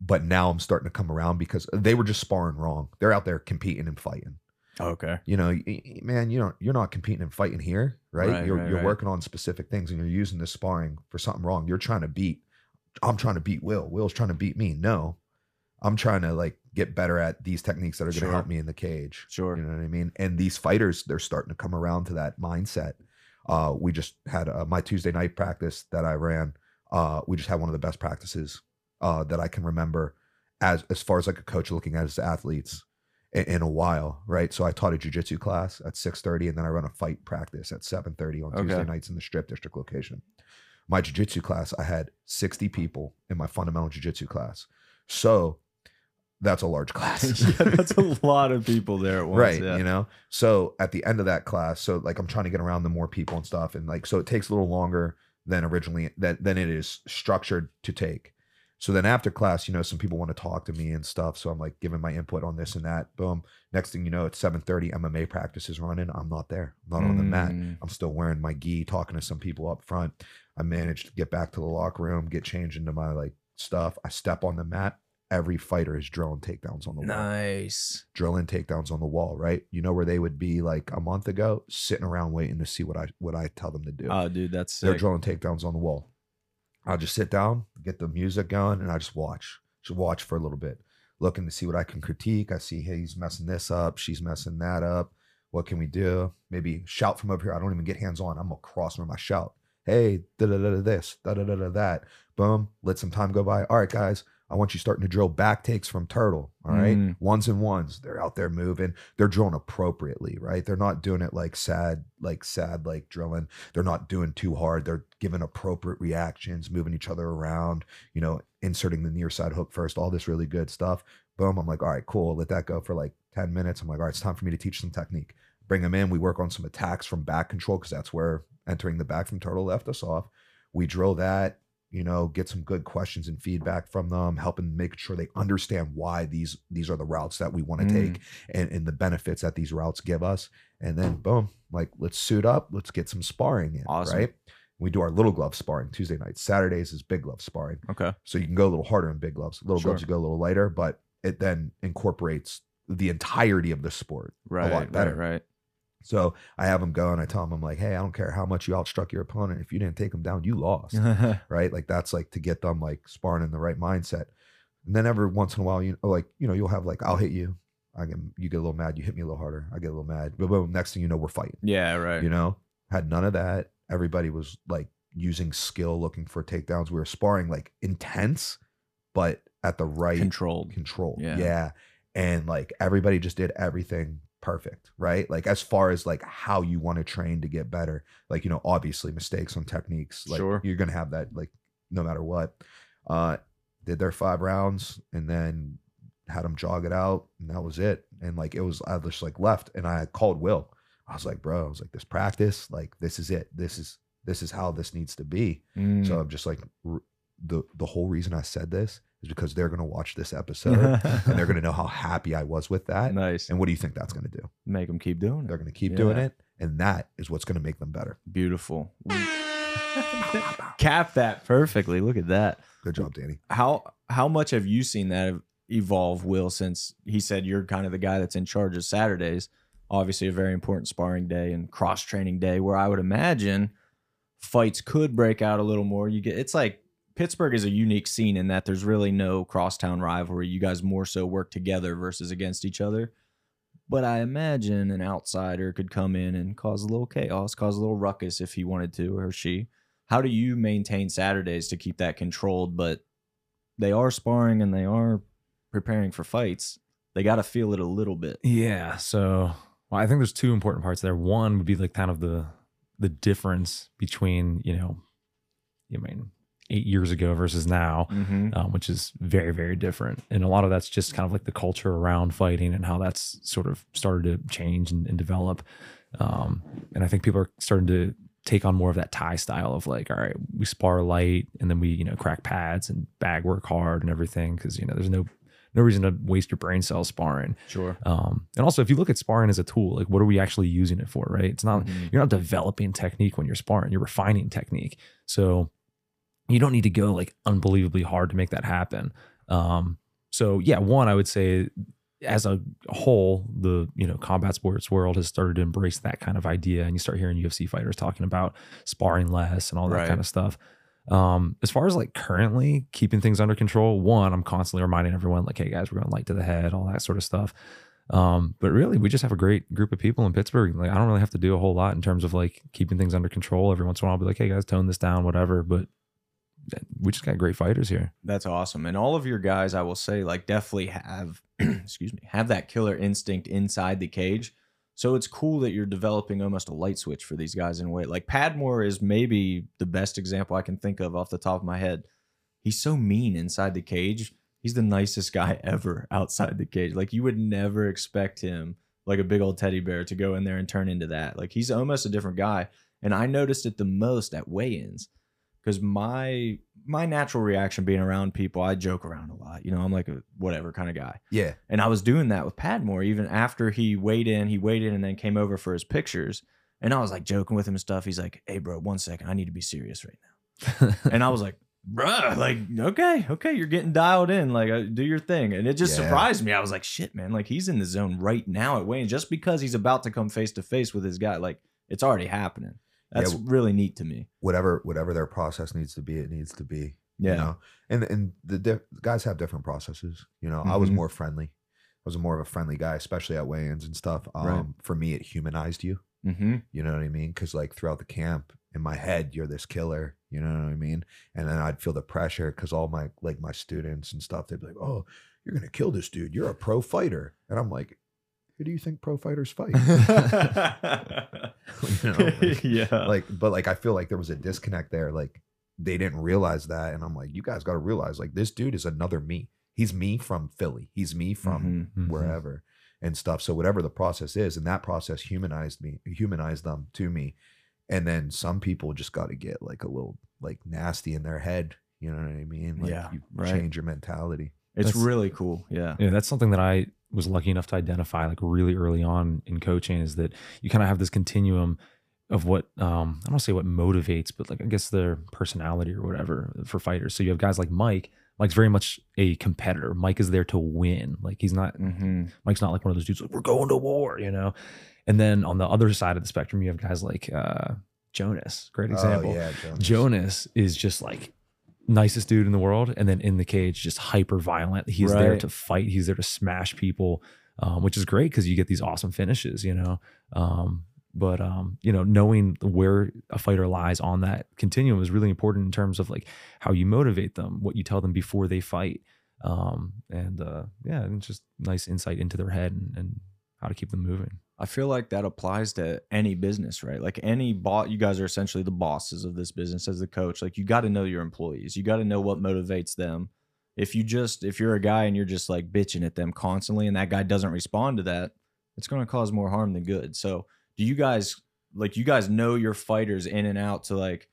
[SPEAKER 1] but now I'm starting to come around because they were just sparring wrong. They're out there competing and fighting.
[SPEAKER 2] Okay.
[SPEAKER 1] You know, y- y- man, you don't. You're not competing and fighting here, right?
[SPEAKER 2] Right,
[SPEAKER 1] you're
[SPEAKER 2] right,
[SPEAKER 1] you're
[SPEAKER 2] right.
[SPEAKER 1] working on specific things, and you're using this sparring for something wrong. You're trying to beat. I'm trying to beat Will. Will's trying to beat me. No, I'm trying to like get better at these techniques that are going to
[SPEAKER 2] Sure.
[SPEAKER 1] help me in the cage.
[SPEAKER 2] Sure.
[SPEAKER 1] You know what I mean? And these fighters, they're starting to come around to that mindset. Uh, we just had uh, my Tuesday night practice that I ran. Uh, we just had one of the best practices uh, that I can remember as as far as like a coach looking at his athletes in, in a while, right? So I taught a jujitsu class at six thirty, and then I run a fight practice at seven thirty on Tuesday
[SPEAKER 2] Okay.
[SPEAKER 1] nights in the Strip District location. My jujitsu class, I had sixty people in my fundamental jujitsu class, so that's a large class.
[SPEAKER 2] yeah, that's a lot of people there at once.
[SPEAKER 1] right
[SPEAKER 2] Yeah.
[SPEAKER 1] you know so at the end of that class so like i'm trying to get around the more people and stuff and like so it takes a little longer than originally than than it is structured to take so then after class you know some people want to talk to me and stuff so i'm like giving my input on this and that boom next thing you know it's 7.30 mma practice is running i'm not there I'm not on the mat
[SPEAKER 2] Mm.
[SPEAKER 1] i'm still wearing my gi talking to some people up front i managed to get back to the locker room get changed into my like stuff i step on the mat every fighter is drilling takedowns on the wall
[SPEAKER 2] Nice.
[SPEAKER 1] drilling takedowns on the wall, right? You know where they would be like a month ago, sitting around waiting to see what I what I tell them to do.
[SPEAKER 2] Oh, dude, that's
[SPEAKER 1] They're
[SPEAKER 2] sick.
[SPEAKER 1] drilling takedowns on the wall. I'll just sit down, get the music going, and I just watch. Just watch for a little bit, looking to see what I can critique. I see, hey, he's messing this up, she's messing that up. What can we do? Maybe shout from over here. I don't even get hands on. I'm across room. I shout, hey, da da da da this, da da da da that. Boom. Let some time go by. All right, guys. I want you starting to drill back takes from turtle. All right.
[SPEAKER 2] Mm.
[SPEAKER 1] Ones and ones. They're out there moving. They're drilling appropriately, right? They're not doing it like sad, like sad, like drilling. They're not doing too hard. They're giving appropriate reactions, moving each other around, you know, inserting the near side hook first, all this really good stuff. Boom. I'm like, all right, cool. Let that go for like 10 minutes. I'm like, all right, it's time for me to teach some technique. Bring them in. We work on some attacks from back control because that's where entering the back from turtle left us off. We drill that, you know, get some good questions and feedback from them, helping make sure they understand why these these are the routes that we want to
[SPEAKER 2] Mm.
[SPEAKER 1] take and, and the benefits that these routes give us. And then boom, like let's suit up, let's get some sparring in,
[SPEAKER 2] Awesome.
[SPEAKER 1] right? We do our little glove sparring Tuesday nights. Saturdays is big glove sparring.
[SPEAKER 2] Okay.
[SPEAKER 1] So you can go a little harder in big gloves. Little
[SPEAKER 2] Sure.
[SPEAKER 1] gloves you go a little lighter, but it then incorporates the entirety of the sport.
[SPEAKER 2] Right.
[SPEAKER 1] better.
[SPEAKER 2] Right. right.
[SPEAKER 1] So I have them go and I tell them, I'm like, hey, I don't care how much you outstruck your opponent. If you didn't take them down, you lost. right? Like that's like to get them like sparring in the right mindset. And then every once in a while, you know, like you know, you'll have like I'll hit you. I get you get a little mad. You hit me a little harder. I get a little mad. But boom, next thing you know, we're fighting.
[SPEAKER 2] yeah. Right.
[SPEAKER 1] You know, had none of that. Everybody was like using skill, looking for takedowns. We were sparring like intense, but at the right
[SPEAKER 2] Controlled.
[SPEAKER 1] control.
[SPEAKER 2] Yeah.
[SPEAKER 1] yeah. And like everybody just did everything perfect, right? Like as far as like how you want to train to get better. Like, you know, obviously mistakes on techniques. Like
[SPEAKER 2] Sure.
[SPEAKER 1] you're gonna have that like no matter what. Uh did their five rounds and then had them jog it out and that was it. And like it was I just like left and I called Will. I was like, bro, I was like, this practice, like this is it. This is this is how this needs to be.
[SPEAKER 2] Mm.
[SPEAKER 1] So I'm just like r- the the whole reason I said this is because they're gonna watch this episode and they're gonna know how happy I was with that.
[SPEAKER 2] nice.
[SPEAKER 1] And what do you think that's gonna do?
[SPEAKER 2] Make them keep doing
[SPEAKER 1] They're
[SPEAKER 2] it.
[SPEAKER 1] gonna keep doing
[SPEAKER 2] Yeah.
[SPEAKER 1] it, and that is what's gonna make them better.
[SPEAKER 2] Beautiful. Cap that perfectly. Look at that.
[SPEAKER 1] Good job, Danny.
[SPEAKER 2] How how much have you seen that evolve, Will? Since he said you're kind of the guy that's in charge of Saturdays, obviously a very important sparring day and cross training day, where I would imagine fights could break out a little more. You get it's like Pittsburgh is a unique scene in that there's really no crosstown rivalry. You guys more so work together versus against each other. But I imagine an outsider could come in and cause a little chaos, cause a little ruckus if he wanted to or she. How do you maintain Saturdays to keep that controlled? But they are sparring and they are preparing for fights. They got to feel it a little bit.
[SPEAKER 3] Yeah. So well, I think there's two important parts there. One would be like kind of the the difference between, you know, I mean, eight years ago versus now, um, which is very, very different. And a lot of that's just kind of like the culture around fighting and how that's sort of started to change and, and develop. Um, and I think people are starting to take on more of that Thai style of like, all right, we spar light and then we, you know, crack pads and bag work hard and everything. Cause, you know, there's no, no reason to waste your brain cells sparring.
[SPEAKER 2] Sure.
[SPEAKER 3] Um, and also, if you look at sparring as a tool, like what are we actually using it for, right? It's
[SPEAKER 2] Um,
[SPEAKER 3] not you're not developing technique when you're sparring; you're refining technique. So you don't need to go like unbelievably hard to make that happen. Um, so yeah, one I would say as a whole, the you know combat sports world has started to embrace that kind of idea, and you start hearing UFC fighters talking about sparring less and all that
[SPEAKER 2] Right.
[SPEAKER 3] kind of stuff. Um, as far as like currently keeping things under control, one, I'm constantly reminding everyone, like, hey guys, we're going light to the head, all that sort of stuff. Um, but really, we just have a great group of people in Pittsburgh. Like, I don't really have to do a whole lot in terms of like keeping things under control. Every once in a while, I'll be like, hey guys, tone this down, whatever. But eh, we just got great fighters here.
[SPEAKER 2] That's awesome. And all of your guys, I will say, like definitely have, excuse me, have that killer instinct inside the cage. So it's cool that you're developing almost a light switch for these guys in a way. Like Padmore is maybe the best example I can think of off the top of my head. He's so mean inside the cage. He's the nicest guy ever outside the cage. Like you would never expect him, like a big old teddy bear, to go in there and turn into that. Like he's almost a different guy. And I noticed it the most at weigh-ins because my my natural reaction being around people, I joke around a lot. You know, I'm like a whatever kind of guy.
[SPEAKER 1] Yeah.
[SPEAKER 2] And I was doing that with Padmore even after he weighed in, he weighed in and then came over for his pictures. And I was like joking with him and stuff. He's like, hey, bro, one second. I need to be serious right now. and I was like, bruh, like, okay, okay, you're getting dialed in. Like, uh, do your thing. And it just
[SPEAKER 1] Yeah.
[SPEAKER 2] surprised me. I was like, shit, man, like he's in the zone right now at Wayne just because he's about to come face to face with his guy. Like, it's already happening.
[SPEAKER 1] Yeah,
[SPEAKER 2] That's
[SPEAKER 1] w-
[SPEAKER 2] really neat to me.
[SPEAKER 1] Whatever whatever their process needs to be, it needs to be.
[SPEAKER 2] Yeah.
[SPEAKER 1] You know? And and the diff- guys have different processes. You know, I was
[SPEAKER 2] Mhm.
[SPEAKER 1] more friendly. I was more of a friendly guy, especially at weigh-ins and stuff. Um,
[SPEAKER 2] Right.
[SPEAKER 1] for me, it humanized you.
[SPEAKER 2] Mm-hmm.
[SPEAKER 1] You know what I mean? Because like throughout the camp, in my head, you're this killer. You know what I mean? And then I'd feel the pressure because all my like my students and stuff, they'd be like, "Oh, you're gonna kill this dude. You're a pro fighter." And I'm like, "Who do you think pro fighters fight?" You know, like-
[SPEAKER 2] yeah.
[SPEAKER 1] like, but like I feel like there was a disconnect there. Like they didn't realize that, and I'm like, "You guys got to realize like this dude is another me. He's me from Philly. He's me from."
[SPEAKER 2] Mm-hmm.
[SPEAKER 3] Mm-hmm.
[SPEAKER 1] wherever and stuff. So whatever the process is, and that process humanized me, humanized them to me. And then some people just got to get like a little like nasty in their head. You know what I mean? Like
[SPEAKER 2] Yeah,
[SPEAKER 1] you
[SPEAKER 2] right.
[SPEAKER 1] change your mentality.
[SPEAKER 2] it's
[SPEAKER 3] That's-
[SPEAKER 2] really cool. Yeah.
[SPEAKER 3] Yeah, that's something that I was lucky enough to identify like really early on in coaching is that you kind of have this continuum of what um I don't want to say what motivates, but like I guess their personality or whatever for fighters. So you have guys like Mike. Mike's very much a competitor. Mike is there to win. Like he's not
[SPEAKER 2] Mm-hmm.
[SPEAKER 3] Mike's not like one of those dudes like we're going to war, you know. And then on the other side of the spectrum, you have guys like uh Jonas, great example.
[SPEAKER 1] Oh, yeah, Jonas.
[SPEAKER 3] Jonas is just like nicest dude in the world, and then in the cage, just hyper violent. He's there
[SPEAKER 2] Right.
[SPEAKER 3] to fight. He's there to smash people, um, which is great because you get these awesome finishes, you know. Um, but um, you know, knowing where a fighter lies on that continuum is really important in terms of like how you motivate them, what you tell them before they fight, um, and uh, yeah, and just nice insight into their head and, and how to keep them moving.
[SPEAKER 2] I feel like that applies to any business, right? Like any boss, you guys are essentially the bosses of this business as the coach. Like you got to know your employees. You got to know what motivates them. If you just if you're a guy and you're just like bitching at them constantly and that guy doesn't respond to that, it's going to cause more harm than good. So, do you guys like you guys know your fighters in and out to like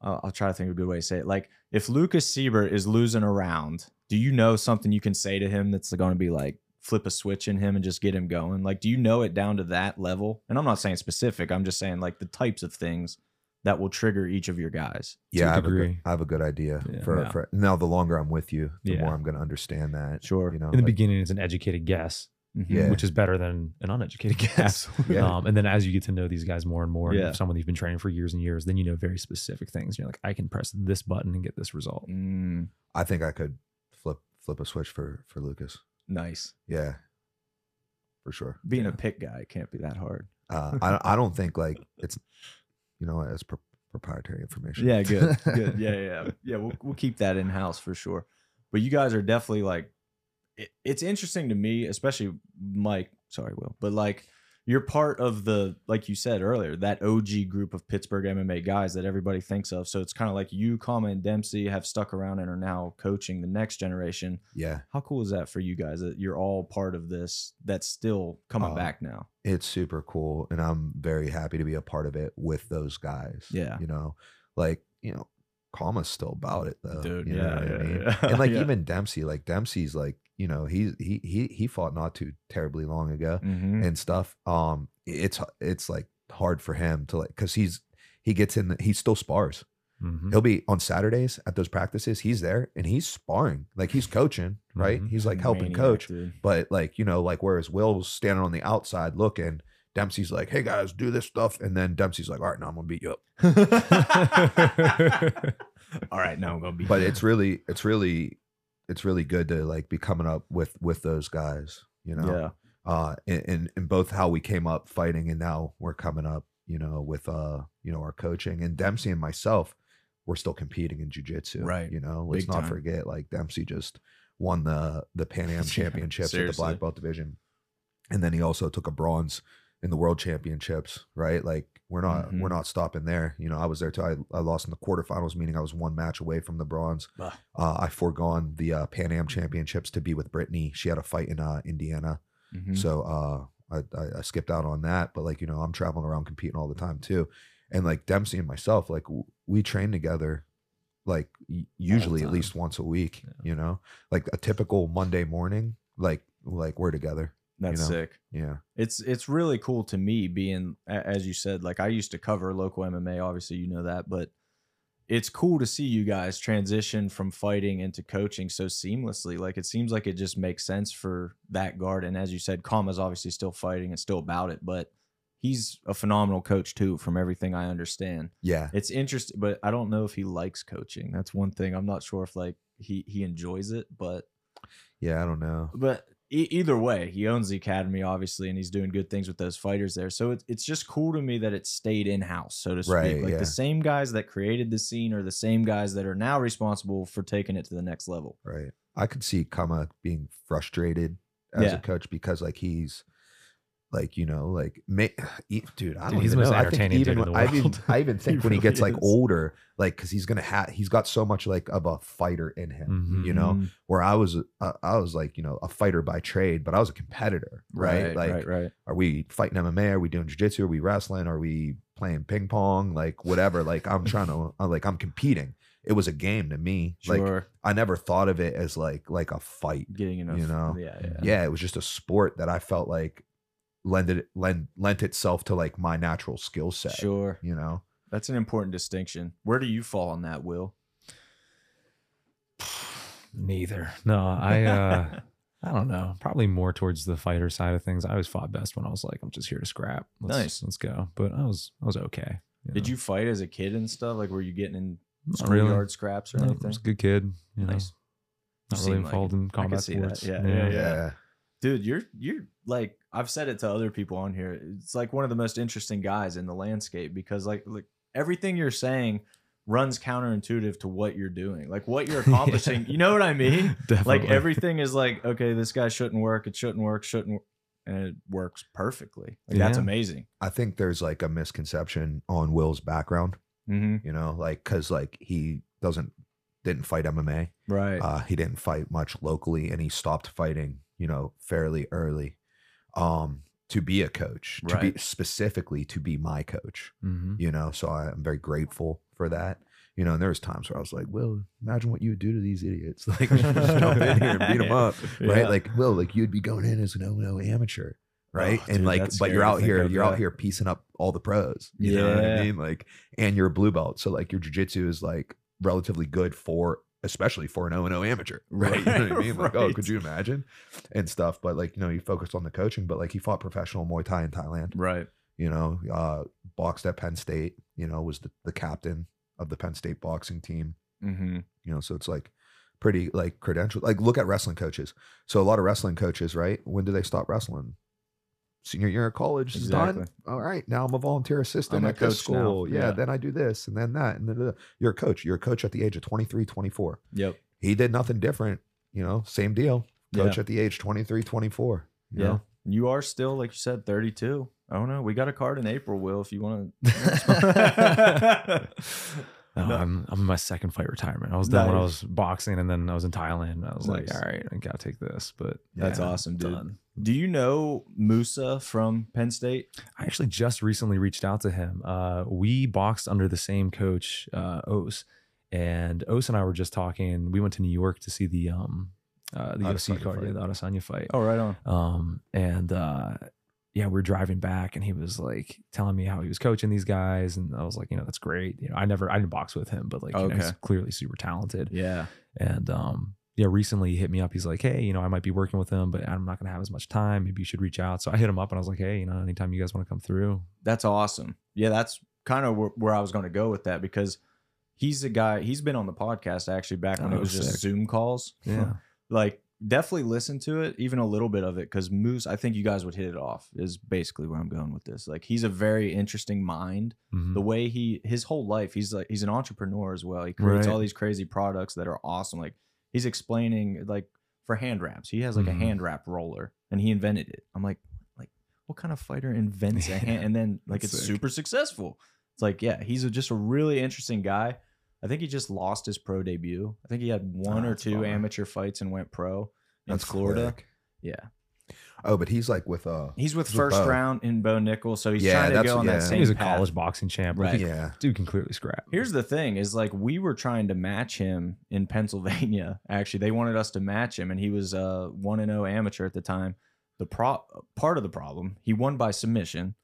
[SPEAKER 2] I'll I'll try to think of a good way to say it. Like if Lucas Siebert is losing a round, do you know something you can say to him that's going to be like flip a switch in him and just get him going? Like do you know it down to that level? And I'm not saying specific. I'm just saying like the types of things that will trigger each of your guys.
[SPEAKER 1] yeah,
[SPEAKER 3] a
[SPEAKER 1] I have, a good,
[SPEAKER 3] degree.
[SPEAKER 1] I have a good idea
[SPEAKER 3] Yeah.
[SPEAKER 1] for,
[SPEAKER 3] Yeah.
[SPEAKER 1] for now. The longer I'm with you, the
[SPEAKER 3] Yeah.
[SPEAKER 1] more I'm going to understand that.
[SPEAKER 2] Sure.
[SPEAKER 1] You know,
[SPEAKER 3] In the
[SPEAKER 1] like-
[SPEAKER 3] beginning, it's an educated guess,
[SPEAKER 1] Yeah.
[SPEAKER 3] which is better than an uneducated guess.
[SPEAKER 2] Absolutely.
[SPEAKER 1] Yeah.
[SPEAKER 3] Um, and then as you get to know these guys more and more,
[SPEAKER 2] Yeah.
[SPEAKER 3] and someone you've been training for years and years, then you know very specific things. You're like, I can press this button and get this result.
[SPEAKER 2] Mm,
[SPEAKER 1] I think I could flip flip a switch for for Lucas.
[SPEAKER 2] nice.
[SPEAKER 1] Yeah, for sure.
[SPEAKER 2] Being a pick guy it can't be that hard.
[SPEAKER 1] Uh, I I don't think like it's you know it's pro- proprietary information.
[SPEAKER 2] Yeah, good, good. Yeah, yeah, yeah. yeah. We'll we'll keep that in house for sure. But you guys are definitely like, it, it's interesting to me, especially Mike. Sorry, Will, but like you're part of the like you said earlier that OG group of Pittsburgh MMA guys that everybody thinks of. So it's kind of like you, Kama, and Dempsey have stuck around and are now coaching the next generation.
[SPEAKER 1] Yeah.
[SPEAKER 2] How cool is that for you guys that you're all part of this that's still coming
[SPEAKER 1] Oh.
[SPEAKER 2] back now?
[SPEAKER 1] it's super cool and i'm very happy to be a part of it with those guys
[SPEAKER 2] Yeah.
[SPEAKER 1] you know like you know Kama's still about it though
[SPEAKER 2] Dude,
[SPEAKER 1] oh, you know
[SPEAKER 2] yeah,
[SPEAKER 1] what
[SPEAKER 2] yeah,
[SPEAKER 1] i mean
[SPEAKER 2] yeah.
[SPEAKER 1] and like
[SPEAKER 2] Yeah.
[SPEAKER 1] even dempsey like dempsey's like you know he he he he fought not too terribly long ago
[SPEAKER 2] Mm-hmm.
[SPEAKER 1] and stuff um it's it's like hard for him to like because he's he gets in the, he still spars
[SPEAKER 2] Mm.
[SPEAKER 3] Mhm.
[SPEAKER 1] he'll be on saturdays at those practices he's there and he's sparring like he's coaching right
[SPEAKER 3] Mhm.
[SPEAKER 1] he's like helping coach but like, you know, like whereas Will's standing on the outside looking, Dempsey's like, hey guys, do this stuff. And then Dempsey's like, all right, now I'm gonna beat you up.
[SPEAKER 3] Mm-hmm.
[SPEAKER 2] all right, now I'm gonna be.
[SPEAKER 1] But it's really, it's really, it's really good to like be coming up with with those guys, you know.
[SPEAKER 2] yeah,
[SPEAKER 1] Uh and, and and both how we came up fighting and now we're coming up, you know, with uh, you know, our coaching. And Dempsey and myself, we're still competing in jujitsu.
[SPEAKER 2] Right.
[SPEAKER 1] You know, let's
[SPEAKER 2] Big
[SPEAKER 1] not
[SPEAKER 2] time.
[SPEAKER 1] forget like Dempsey just won the the Pan
[SPEAKER 2] Yeah,
[SPEAKER 1] Am championships at the
[SPEAKER 2] seriously.
[SPEAKER 1] black belt division. And then he also took a bronze in the world championships, right? Like we're not
[SPEAKER 2] Mm-hmm.
[SPEAKER 1] we're not stopping there. You know, I was there too. I, I lost in the quarterfinals, meaning I was one match away from the bronze.
[SPEAKER 2] Bah.
[SPEAKER 1] Uh, I foregone the uh, Pan Am championships to be with Brittany. She had a fight in uh, Indiana,
[SPEAKER 3] Mm-hmm.
[SPEAKER 2] Mhm.
[SPEAKER 1] so uh, I, I, I skipped out on that. But like you know, I'm traveling around competing all the time too, and like Dempsey and myself, like w- we train together, like y- usually at
[SPEAKER 3] time.
[SPEAKER 1] least once a week.
[SPEAKER 3] Yeah.
[SPEAKER 1] You know, like a typical Monday morning, like like we're together.
[SPEAKER 2] that's
[SPEAKER 1] you know.
[SPEAKER 2] sick.
[SPEAKER 1] Yeah,
[SPEAKER 2] it's it's really cool to me being a- as you said like i used to cover local mma obviously you know that but it's cool to see you guys transition from fighting into coaching so seamlessly like it seems like it just makes sense for that guard and as you said kama's obviously still fighting and still about it but he's a phenomenal coach too from everything i understand
[SPEAKER 1] yeah.
[SPEAKER 2] it's interesting but i don't know if he likes coaching that's one thing i'm not sure if like he he enjoys it but
[SPEAKER 1] Yeah, I don't know.
[SPEAKER 2] but e- either way, he owns the academy, obviously, and he's doing good things with those fighters there. So it, it's just cool to me that it stayed in house, so to speak.
[SPEAKER 1] Right,
[SPEAKER 2] like
[SPEAKER 1] yeah.
[SPEAKER 2] the same guys that created the scene are the same guys that are now responsible for taking it to the next level.
[SPEAKER 1] Right. I could see Kama being frustrated as
[SPEAKER 2] Yeah.
[SPEAKER 1] a coach because like he's like you know like ma- e- dude I
[SPEAKER 3] Dude,
[SPEAKER 1] don't
[SPEAKER 3] he's
[SPEAKER 1] even
[SPEAKER 3] the most
[SPEAKER 1] know I think
[SPEAKER 3] entertaining dude
[SPEAKER 1] even
[SPEAKER 3] in the
[SPEAKER 1] I even,
[SPEAKER 3] world.
[SPEAKER 1] I even think when he
[SPEAKER 2] really
[SPEAKER 1] gets like
[SPEAKER 2] is.
[SPEAKER 1] older like because he's gonna have he's got so much like of a fighter in him
[SPEAKER 3] Mhm.
[SPEAKER 1] you know
[SPEAKER 2] Mm,
[SPEAKER 1] where I was uh, I was like you know a fighter by trade but I was a competitor right, like
[SPEAKER 2] right, right.
[SPEAKER 1] are we fighting MMA? Are we doing jujitsu? Are we wrestling? Are we playing ping pong? Like whatever. Like I'm trying to I'm, like I'm competing. It was a game to me. Like
[SPEAKER 2] Sure,
[SPEAKER 1] I never thought of it as like like a fight.
[SPEAKER 2] getting enough.
[SPEAKER 1] you know, mm,
[SPEAKER 2] yeah,
[SPEAKER 1] Yeah,
[SPEAKER 2] yeah.
[SPEAKER 1] it was just a sport that I felt like lended lend lent itself to like my natural skill set.
[SPEAKER 2] Sure,
[SPEAKER 1] You know,
[SPEAKER 2] that's an important distinction. Where do you fall on that, Will?
[SPEAKER 3] Neither. No, I uh I don't know. Probably more towards the fighter side of things. I always fought best when I was like, I'm just here to scrap. Let's,
[SPEAKER 2] Nice.
[SPEAKER 3] Let's go. But I was I was okay.
[SPEAKER 2] Did you fight as a kid and stuff? Like, were you getting in
[SPEAKER 3] Not
[SPEAKER 2] schoolyard
[SPEAKER 3] really.
[SPEAKER 2] scraps or
[SPEAKER 3] No, I
[SPEAKER 2] anything?
[SPEAKER 3] was a good kid. You know,
[SPEAKER 2] Nice.
[SPEAKER 3] Not
[SPEAKER 2] You
[SPEAKER 3] really
[SPEAKER 2] seem like
[SPEAKER 3] involved
[SPEAKER 2] it.
[SPEAKER 3] in
[SPEAKER 2] I can
[SPEAKER 3] combat
[SPEAKER 2] see that.
[SPEAKER 3] sports.
[SPEAKER 2] Yeah, yeah, yeah. dude you're you're like i've said it to other people on here it's like one of the most interesting guys in the landscape because like like everything you're saying runs counterintuitive to what you're doing like what you're accomplishing you know what i mean
[SPEAKER 3] Definitely.
[SPEAKER 2] like everything is like okay this guy shouldn't work it shouldn't work shouldn't wo- and it works perfectly like that's
[SPEAKER 3] Yeah.
[SPEAKER 2] amazing
[SPEAKER 1] I think there's like a misconception on Will's background.
[SPEAKER 2] mm-hmm.
[SPEAKER 1] You know, like because like he doesn't didn't fight MMA.
[SPEAKER 2] right
[SPEAKER 1] Uh, he didn't fight much locally, and he stopped fighting, you know, fairly early, um, to be a coach, to be
[SPEAKER 2] Right.
[SPEAKER 1] specifically to be my coach.
[SPEAKER 3] Mhm.
[SPEAKER 1] You know, so I, I'm very grateful for that. You know, and there was times where I was like, "Will, imagine what you would do to these idiots! Like, just jump in here and beat them up, right?
[SPEAKER 2] Yeah.
[SPEAKER 1] Like, Will, like you'd be going in as an no amateur, right?
[SPEAKER 2] Oh,
[SPEAKER 1] and
[SPEAKER 2] dude,
[SPEAKER 1] like,
[SPEAKER 2] that's
[SPEAKER 1] but you're
[SPEAKER 2] scary to
[SPEAKER 1] out
[SPEAKER 2] think
[SPEAKER 1] here,
[SPEAKER 2] of,
[SPEAKER 1] you're
[SPEAKER 2] yeah.
[SPEAKER 1] out here piecing up all the pros. You know what
[SPEAKER 2] Yeah.
[SPEAKER 1] I mean? Like, and you're a blue belt, so like your jujitsu is like relatively good for, especially for an O and O amateur, right? You know what I mean? Like, oh,
[SPEAKER 2] Right.
[SPEAKER 1] could you imagine? And stuff, but like, you know, you focused on the coaching, but like he fought professional Muay Thai in Thailand
[SPEAKER 2] right
[SPEAKER 1] you know, uh, boxed at Penn State, you know, was the, the captain of the Penn State boxing team,
[SPEAKER 2] mm-hmm.
[SPEAKER 1] you know, so it's like pretty like credential. Like, look at wrestling coaches. So, a lot of wrestling coaches, right? When do they stop wrestling? Senior year of college is done.
[SPEAKER 2] Exactly.
[SPEAKER 1] All right, now I'm a volunteer assistant
[SPEAKER 2] I'm a
[SPEAKER 1] at this
[SPEAKER 2] coach now.
[SPEAKER 1] school. Yeah,
[SPEAKER 2] Yeah.
[SPEAKER 1] then I do this and then that. And then that. you're a coach. You're a coach at the age of 23, 24.
[SPEAKER 2] yep
[SPEAKER 1] He did nothing different, you know, same deal. Coach
[SPEAKER 2] Yeah.
[SPEAKER 1] at the age 23, 24. You
[SPEAKER 2] yeah
[SPEAKER 1] know?
[SPEAKER 2] you are still like you said 32 Oh no, we got a card in April, Will. If you want
[SPEAKER 3] no,
[SPEAKER 2] No.
[SPEAKER 3] Uh-huh. I'm I'm in my second fight retirement. I was done when I
[SPEAKER 2] Nice.
[SPEAKER 3] was boxing, and then I was in Thailand. I was like,
[SPEAKER 2] Nice.
[SPEAKER 3] all right, I gotta take this. But
[SPEAKER 2] That's awesome, dude.
[SPEAKER 3] done.
[SPEAKER 2] do you know Musa from Penn State?
[SPEAKER 3] I actually just recently reached out to him. Uh, we boxed under the same coach, uh, Ose, and Ose and I were just talking. We went to New York to see the um uh, the UFC
[SPEAKER 1] Adesanya
[SPEAKER 3] card,
[SPEAKER 1] fight.
[SPEAKER 3] yeah, the Adesanya fight.
[SPEAKER 2] Oh, right on.
[SPEAKER 3] Um, and uh, yeah, we were driving back, and he was like telling me how he was coaching these guys, and I was like, you know, that's great. You know, I never, I didn't box with him, but like, you know, he's
[SPEAKER 2] Okay.
[SPEAKER 3] clearly super talented.
[SPEAKER 2] Yeah.
[SPEAKER 3] And um, yeah, recently he hit me up. He's like, hey, you know, I might be working with him, but I'm not gonna have as much time. Maybe you should reach out. So I hit him up, and I was like, hey, you know, anytime you guys want to come through,
[SPEAKER 2] That's awesome. Yeah, that's kind of where, where I was going to go with that because he's a guy. He's been on the podcast actually back when
[SPEAKER 3] Oh,
[SPEAKER 2] it was just
[SPEAKER 3] sick.
[SPEAKER 2] Zoom calls.
[SPEAKER 3] yeah,
[SPEAKER 2] like definitely listen to it, even a little bit of it, because Moose. I think you guys would hit it off. Is basically where I'm going with this. Like he's a very interesting mind.
[SPEAKER 3] Mhm.
[SPEAKER 2] The way he his whole life, he's like he's an entrepreneur as well. He creates
[SPEAKER 3] Right.
[SPEAKER 2] all these crazy products that are awesome. Like he's explaining like for hand wraps. He has like
[SPEAKER 3] Mhm.
[SPEAKER 2] a hand wrap roller, and he invented it. I'm like, like what kind of fighter invents a hand? And then like
[SPEAKER 3] That's
[SPEAKER 2] it's
[SPEAKER 3] sick.
[SPEAKER 2] super successful. It's like yeah, he's a, just a really interesting guy. I think he just lost his pro debut. I think he had one
[SPEAKER 3] Oh,
[SPEAKER 2] or
[SPEAKER 3] that's a
[SPEAKER 2] two
[SPEAKER 3] bummer.
[SPEAKER 2] amateur fights and went pro in
[SPEAKER 1] That's
[SPEAKER 2] Florida.
[SPEAKER 1] quick.
[SPEAKER 2] Yeah,
[SPEAKER 1] Oh, but he's like with uh
[SPEAKER 2] he's with
[SPEAKER 1] He's with
[SPEAKER 2] first
[SPEAKER 1] Bo.
[SPEAKER 2] round in Bo Nickel, so he's
[SPEAKER 1] Yeah,
[SPEAKER 2] trying to
[SPEAKER 1] that's-
[SPEAKER 2] go on
[SPEAKER 1] yeah.
[SPEAKER 2] that
[SPEAKER 3] I
[SPEAKER 2] same.
[SPEAKER 3] think he's a
[SPEAKER 2] path.
[SPEAKER 3] college boxing champ.
[SPEAKER 2] Right.
[SPEAKER 1] yeah.
[SPEAKER 3] dude can clearly scrap.
[SPEAKER 2] Here's the thing: is like we were trying to match him in Pennsylvania. Actually, they wanted us to match him, and he was uh one and zero amateur at the time. The pro- part of the problem, he won by submission.